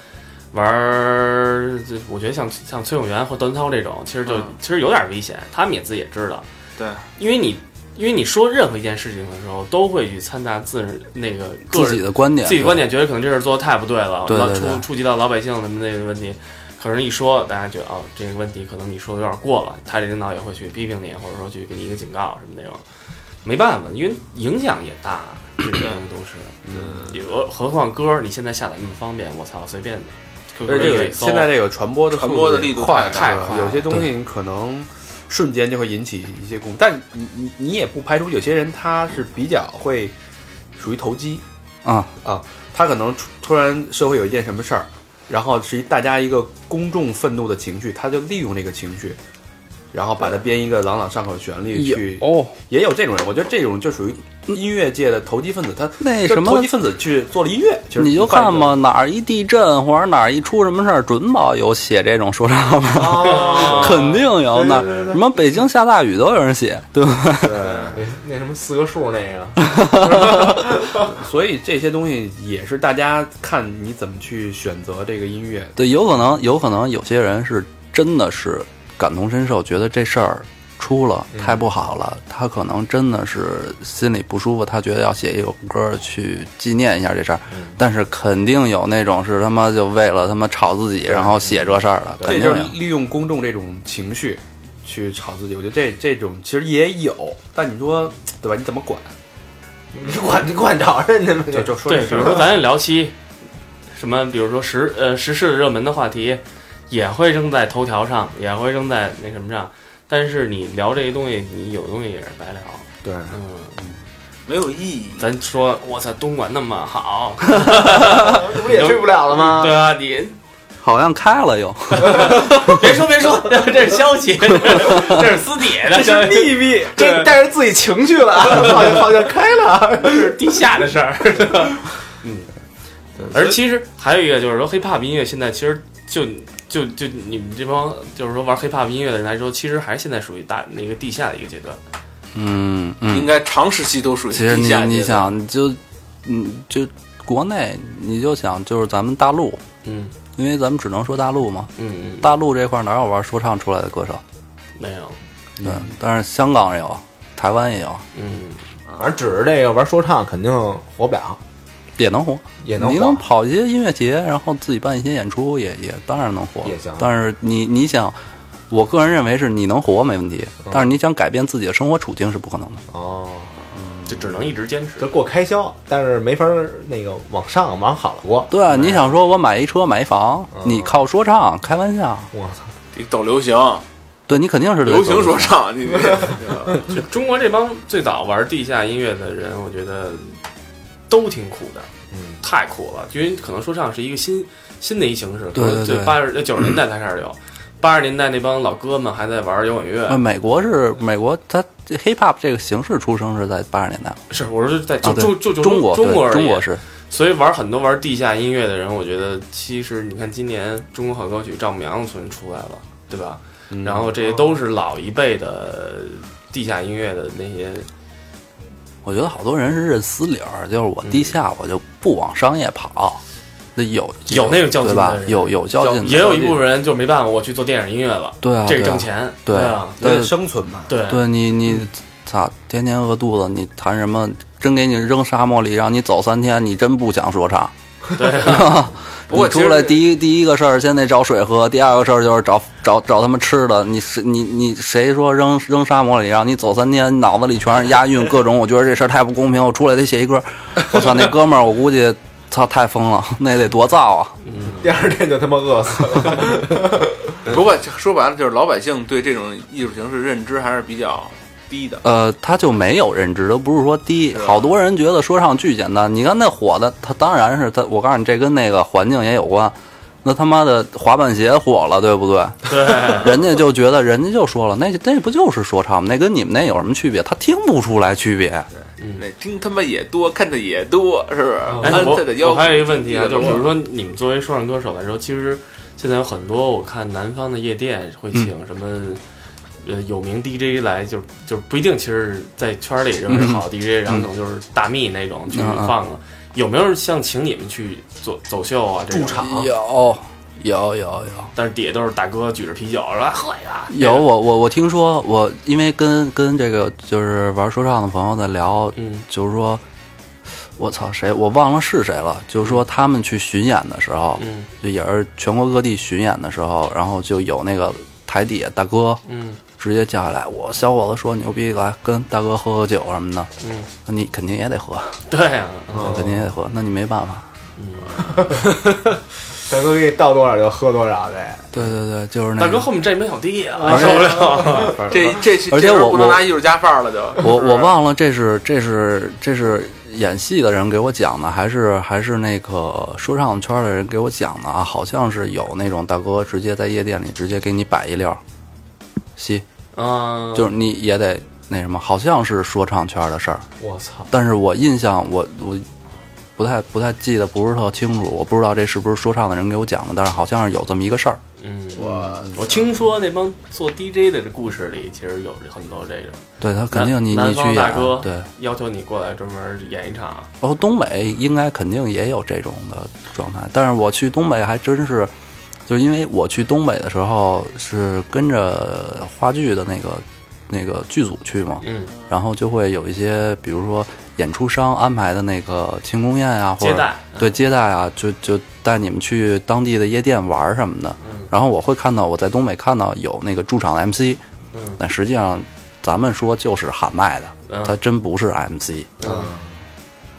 玩儿，就我觉得像像崔永元或段涛这种，其实就、
嗯
其实有点危险，他们也自己也知道，
对，
因为你因为你说任何一件事情的时候，都会去掺杂自人那个个人
自己的观点，
自己观点，觉得可能这事儿做的太不对了，
对对
然后
对
触触及到老百姓什么那个问题。可是，一说大家觉得哦，这个问题可能你说的有点过了，他这领导也会去批评你，或者说去给你一个警告什么那种。没办法，因为影响也大，这些东西都是。嗯，有何况歌，你现在下载那么方便，我操，随便 QQ
而且这
里
个
一搜
现在这个传播的速
传播的力度
快，
太
是吧
快了
有些东西你可能瞬间就会引起一些共鸣，但你你你也不排除有些人他是比较会属于投机
啊，
啊，他可能突突然社会有一件什么事儿，然后是一大家一个公众愤怒的情绪，他就利用这个情绪。然后把它编一个朗朗上口的旋律去，
哦，
也有这种人，我觉得这种就属于音乐界的投机分子，他
那
这
什么
投机分子去做了音乐，其实
你就
不快乐
看吧，哪儿一地震或者哪儿一出什么事儿，准保有写这种说唱的，
呃
肯定有。那什么北京下大雨都有人写，对吧？
对，那什么四个数那个，
所以这些东西也是大家看你怎么去选择这个音乐。
对，有可能，有可能有些人是真的是感同身受，觉得这事儿出了太不好了，他可能真的是心里不舒服，他觉得要写一首歌去纪念一下这事儿。但是肯定有那种是他妈就为了他妈炒自己，然后写这事儿的，肯
这就
定
啊
是
有。
利用公众这种情绪，去炒自己。我觉得这这种其实也有，但你说对吧？你怎么管？
你管 你管着人家吗？
就就说
对
这，
比
事
如
儿
说咱也聊期什么，比如说时呃时事的热门的话题，也会扔在头条上，也会扔在那什么上。但是你聊这些东西，你有东西也是白聊。
对，
嗯，
没有意义。
咱说，我操，东莞那么 好，
这不是也去不了了吗？
对啊， 你
好像开了又。
别说别说，这是消 息，这是私底的，
这是秘密，这
对
带着自己情绪了，好像好像开 了。
这是地下的事儿。嗯，而其实还有一个就是说，hiphop 音乐现在其实就就就你们这帮就是说玩 hiphop 音乐的人来说，其实还是现在属于大那个地下的一个阶段。
嗯
应
嗯，
该长时期都属于
其实
地
你
下阶
你
段，
想，你就嗯就国内，你就想就是咱们大陆，
嗯
因为咱们只能说大陆嘛。
嗯，
大陆这块儿哪有玩说唱出来的歌手？
没有，
对，但是香港也有，台湾也有，
嗯，
反正指着这个玩说唱肯定火不了，
也能火。
也
你
火
能。跑一些音乐节，然后自己办一些演出也，也当然能火。
也行
但是你你想，我个人认为是你能火没问题，但是你想改变自己的生活处境是不可能的。
哦，
就只能一直坚持
这。过开销，但是没法儿那个往上往好了过。
对啊，你想说我买一车买一房，
嗯
你靠说唱开玩笑，
我操，
你走流行，
对你肯定是
流行说唱，你这
嗯
就中国这帮最早玩地下音乐的人，我觉得都挺苦的，
嗯，
太苦了。因为可能说唱是一个新新的一形式，
对
可能
对
就
对
八十呃九十年代才开始有，八十年代那帮老哥们还在玩摇滚乐，
呃，美国是美国，它这 hip hop 这个形式出生是在八十年代嘛，
是，我说在就、
啊对
就就就
中国
中
对
国而
中国
言
是，
所以玩很多玩地下音乐的人，我觉得其实你看今年中国好歌曲丈母娘村出来了，对吧？
嗯
然后这些都是老一辈的地下音乐的那些，
我觉得好多人是认死理儿，就是我地下我就不往商业跑，那有
有那种较劲
对吧
的？人
有有较劲的，
也有一部分人就没办法，我去做电影音乐了，
对啊，
这个
对啊
挣，钱，
对
啊，
为了
对
生存嘛。
对
对你你操，天天饿肚子，你谈什么？真给你扔沙漠里，让你走三天，你真不想说唱。
对
不过
你
其
出
实
来第一第一个事儿，先得找水喝；第二个事儿就是找找找他们吃的。你谁你你谁说扔扔沙漠里让你走三天，脑子里全是押韵各种，我觉得这事儿太不公平。我出来得写一歌，我操那哥们儿，我估计操太疯了， 那得多造啊！
嗯
第二天就他妈饿死了。
不过说白了就是老百姓对这种艺术形式认知还是比较低的。
呃，他就没有认知，都不是说啊低。好多人觉得说唱巨简单，你看那火的，他当然是他。我告诉你，这跟那个环境也有关。那他妈的滑板鞋火了，对不 对？
对，
人家就觉得，人家就说了，那那不就是说唱吗？那跟你们那有什么区别？他听不出来区别。
那听他妈也多，看的也多，是不是？
哎，
安
我
特的腰
我还有一个问题啊，就是比如
说，
说你们作为说唱歌手来说，其实现在有很多我看南方的夜店会
嗯
请什么、呃有名 DJ 来，就是就是不一定，其实在圈里认识好的 DJ，、然后可能就是大蜜那种去
嗯嗯嗯
放了。有没有像请你们去走走秀啊？驻场，
有有有有
但是底下都是大哥举着啤酒说喝呀，
有，我我我听说，我因为跟跟这个就是玩说唱的朋友在聊，
嗯
就是说，我操谁我忘了是谁了，就是说他们去巡演的时候，
嗯
就也是全国各地巡演的时候，然后就有那个台底下大哥
嗯
直接叫下来，我小伙子说牛逼，来跟大哥喝喝酒什么的，
嗯，
那你肯定也得喝，
对啊，嗯
肯定也得喝，那你没办法。
大哥给你倒多少就喝多少呗。
对对对，就是那
大
个
哥后面站一杯小弟啊，
而且
受不了，
这这这
而且我
这不能
我
拿艺术家范儿了就。
我我忘了这是这是这是演戏的人给我讲的，还是还是那个说唱圈的人给我讲的啊？好像是有那种大哥直接在夜店里直接给你摆一溜，吸，
嗯，
就是你也得那什么，好像是说唱圈的事儿。
我操！
但是我印象我我不太不太记得不是特清楚，我不知道这是不是说唱的人给我讲的，但是好像是有这么一个事儿。
嗯，我我听说那帮做 DJ 的这故事里，其实有很多这种
对他肯定你
南
你去
南方大
演
哥
对，
要求你过来专门演一场，
然后东北应该肯定也有这种的状态，但是我去东北还真是，就因为我去东北的时候是跟着话剧的那个那个剧组去嘛，
嗯，
然后就会有一些，比如说演出商安排的那个庆功宴啊，或者
接待
对接待啊，就就带你们去
嗯
当地的夜店玩儿什么的。然后我会看到我在东北看到有那个驻场的 MC，
但实际上咱们说就是喊麦
嗯
的，它真不是 MC。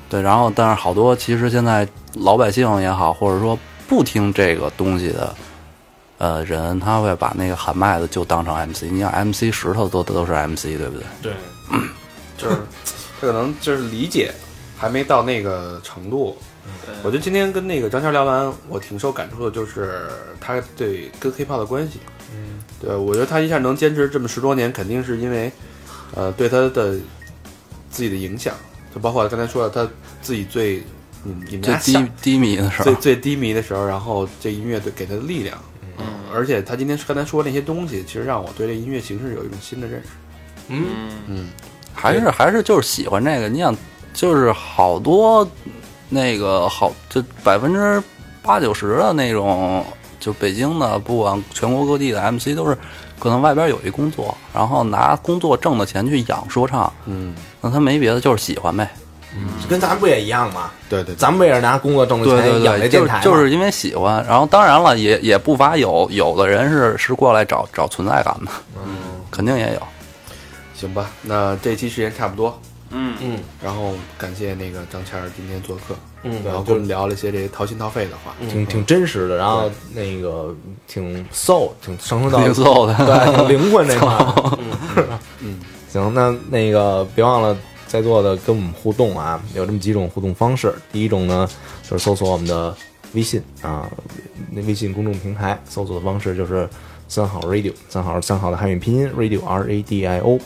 对，然后但是好多其实现在老百姓也好，或者说不听这个东西的。呃，人他会把那个喊麦的就当成 MC，你像 MC 石头都都是 MC，对不对？
对，
就是他可能就是理解还没到那个程度。
嗯
我觉得今天跟那个张谦聊完，我挺受感触的，就是他对跟 hiphop 的关系。嗯，对，我觉得他一下能坚持这么十多年，肯定是因为呃对他的自己的影响，就包括刚才说的他自己最嗯你们你们
最
家
低低迷的时候
最，最低迷的时候，然后这音乐对给他的力量。嗯，而且他今天刚才说那些东西，其实让我对这音乐形式有一种新的认识。
嗯，
嗯，
嗯，
还是还是就是喜欢这个。你想，就是好多那个好，就百分之八九十的那种，就北京的，不管全国各地的 MC 都是，可能外边有一工作，然后拿工作挣的钱去养说唱。
嗯，
那他没别的，就是喜欢呗。
跟咱不也一样吗？
对对对
咱们也是拿工作挣的
对对
钱养这
对，
电
哎就
台嘛，
就是因为喜欢。然后当然了，也也不乏有有的人是是过来找找存在感的，
嗯
肯定也有。
行吧，那这期时间差不多，
嗯，
嗯
然后感谢那个张谦儿今天做客，
嗯，
然后跟我们聊了一些这些掏心掏肺的话。
挺挺真实的，然后那个挺 soul，挺上升到
挺 soul 的
对，挺灵魂这块儿。嗯，行，那那个别忘了在座的跟我们互动啊，有这么几种互动方式。第一种呢，就是搜索我们的微信啊，那微信公众平台搜索的方式就是。三好 radio，三好三好的汉语拼音 radio r a d i o，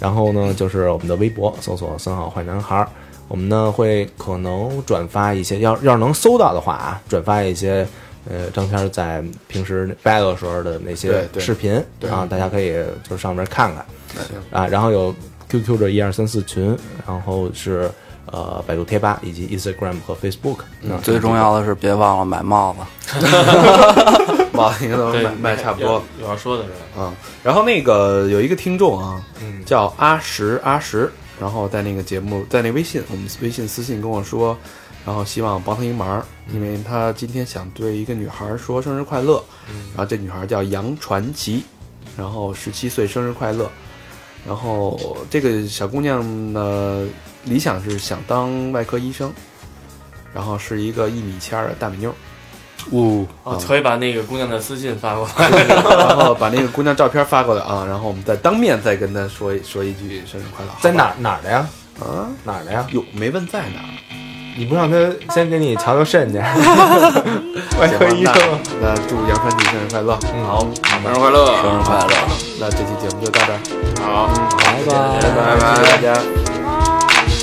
然后呢就是我们的微博搜索三好坏男孩儿，我们呢会可能转发一些，要要是能搜到的话啊，转发一些呃张片儿在平时 battle 时候的那
对
些
对
视频啊，大家可以就是上面看看啊，然后有 QQ 的一二三四群，然后是呃百度贴吧以及 Instagram 和 Facebook，啊
嗯
最重要的是别忘了买帽子。
哇，你看都
对，
卖卖差不多
有有要说的是吧，
嗯
啊。然后那个有一个听众啊，叫阿石阿石，然后在那个节目在那微信我们微信私信跟我说，然后希望帮他一个忙，因为他今天想对一个女孩说生日快乐，然后这女孩叫杨传奇，然后十七岁生日快乐。然后这个小姑娘呢，理想是想当外科医生，然后是一个一米七二的大米妞，啊
呜、
哦，可以把那个姑娘的私信发过来。
然后把那个姑娘照片发过来啊，然后我们再当面再跟她说一说一句生日快乐。
在哪儿哪儿的呀？
好吧啊？
哪儿的呀？
哟，没问在哪儿。
你不让他先给你瞧瞧肾去？外科
行
医
吧
生，
那那祝杨帆迪生日快乐。好，
生日快乐，
生日快乐！
那这期节目就到这儿，
好。
拜拜。
拜拜，谢谢大家。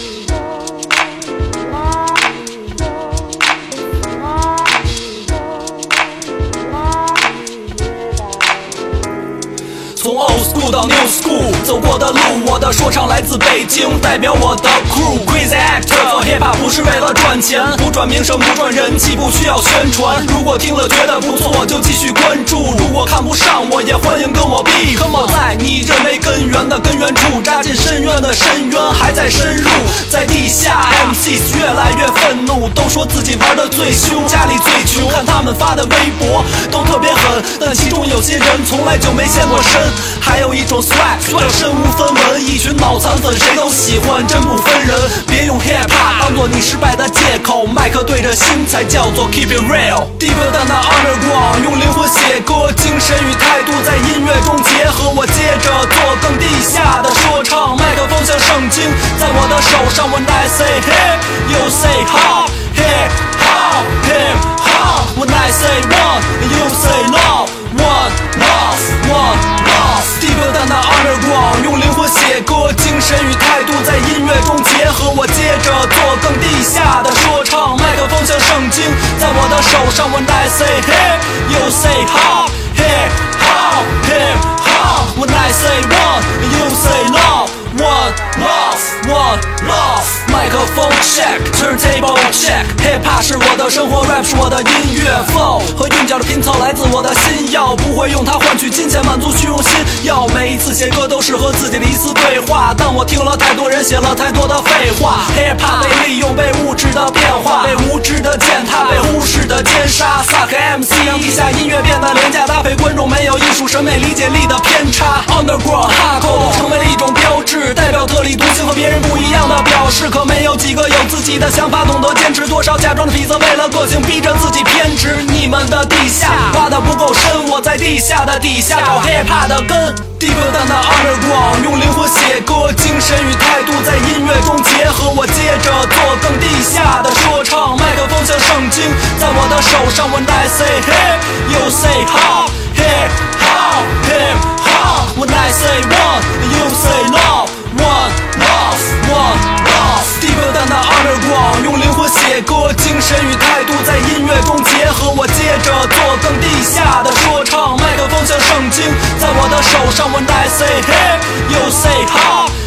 从 old school 到 new school，走过的路，我的说唱来自北京，代表我的 crew。Crazy actor 做 hip hop 不是为了赚钱，不赚名声，不赚人气，不需要宣传。如果听了觉得不错，我就继续关注；如果看不上，我也欢迎跟我 beef。跟我在你认为根源的根源处，扎进深渊的深渊，还在深入。在地下 MC 越来越愤怒，都说自己玩的最凶，家里最穷，看他们发的微博都特别狠，但其中有些人从来就没现过身，还有一种 swag 叫身无分文，一群脑残粉谁都喜欢，真不分人。别用 hip hop 当做你失败的借口，麦克对着心才叫做 keep it real。地位淡淡 underground，用灵魂写歌，精神与态度在音乐中结合。我接着做更地下的说唱，麦克风像圣经，在我的手上。When I say hip，you say hop hip。how, hip hop. When I say one, and you say love, one love, one love. 地表蛋的 underground，用灵魂写歌，精神与态度在音乐中结合。我接着做更地下的说唱，麦克风像圣经，在我的手上。When I say hip, you say hop, hip hop, hip hop. When I say one, and you say love. One love, one love，麦克风 check turntable check hip hop 是我的生活，rap 是我的音乐 flow 和韵脚的拼凑来自我的心，要不会用它换取金钱，满足虚荣心。要每一次写歌都是和自己的一次对话，但我听了太多人写了太多的废话。hip hop 被利用，被物质的变化，被无知的践踏，被忽视的奸杀。萨克 MC 让地下音乐变得廉价，搭配观众没有艺术审美理解力的偏差。Underground hardcore 成为了一种标志，代表特立独行和别人不一样的表示。可没有几个有自己的想法，懂得坚持。多少假装的痞子为了个性逼着自己偏执。你们的地下挖的不够深，我在地下的底下找 hiphop 的根。低滚蛋的 underground，用灵魂写歌，精神与态度在音乐中结合。我接着做更地下的说唱，麦克风像圣经，在我的手上。When I say hip，you say how hip how hip how。When I say one，you say love one love one love。低滚蛋的 underground，用灵魂写歌，精神与态度在音乐中结合。我接着做更地下的说唱，麦克风像圣经，在我的手上。When I say hip，you say how。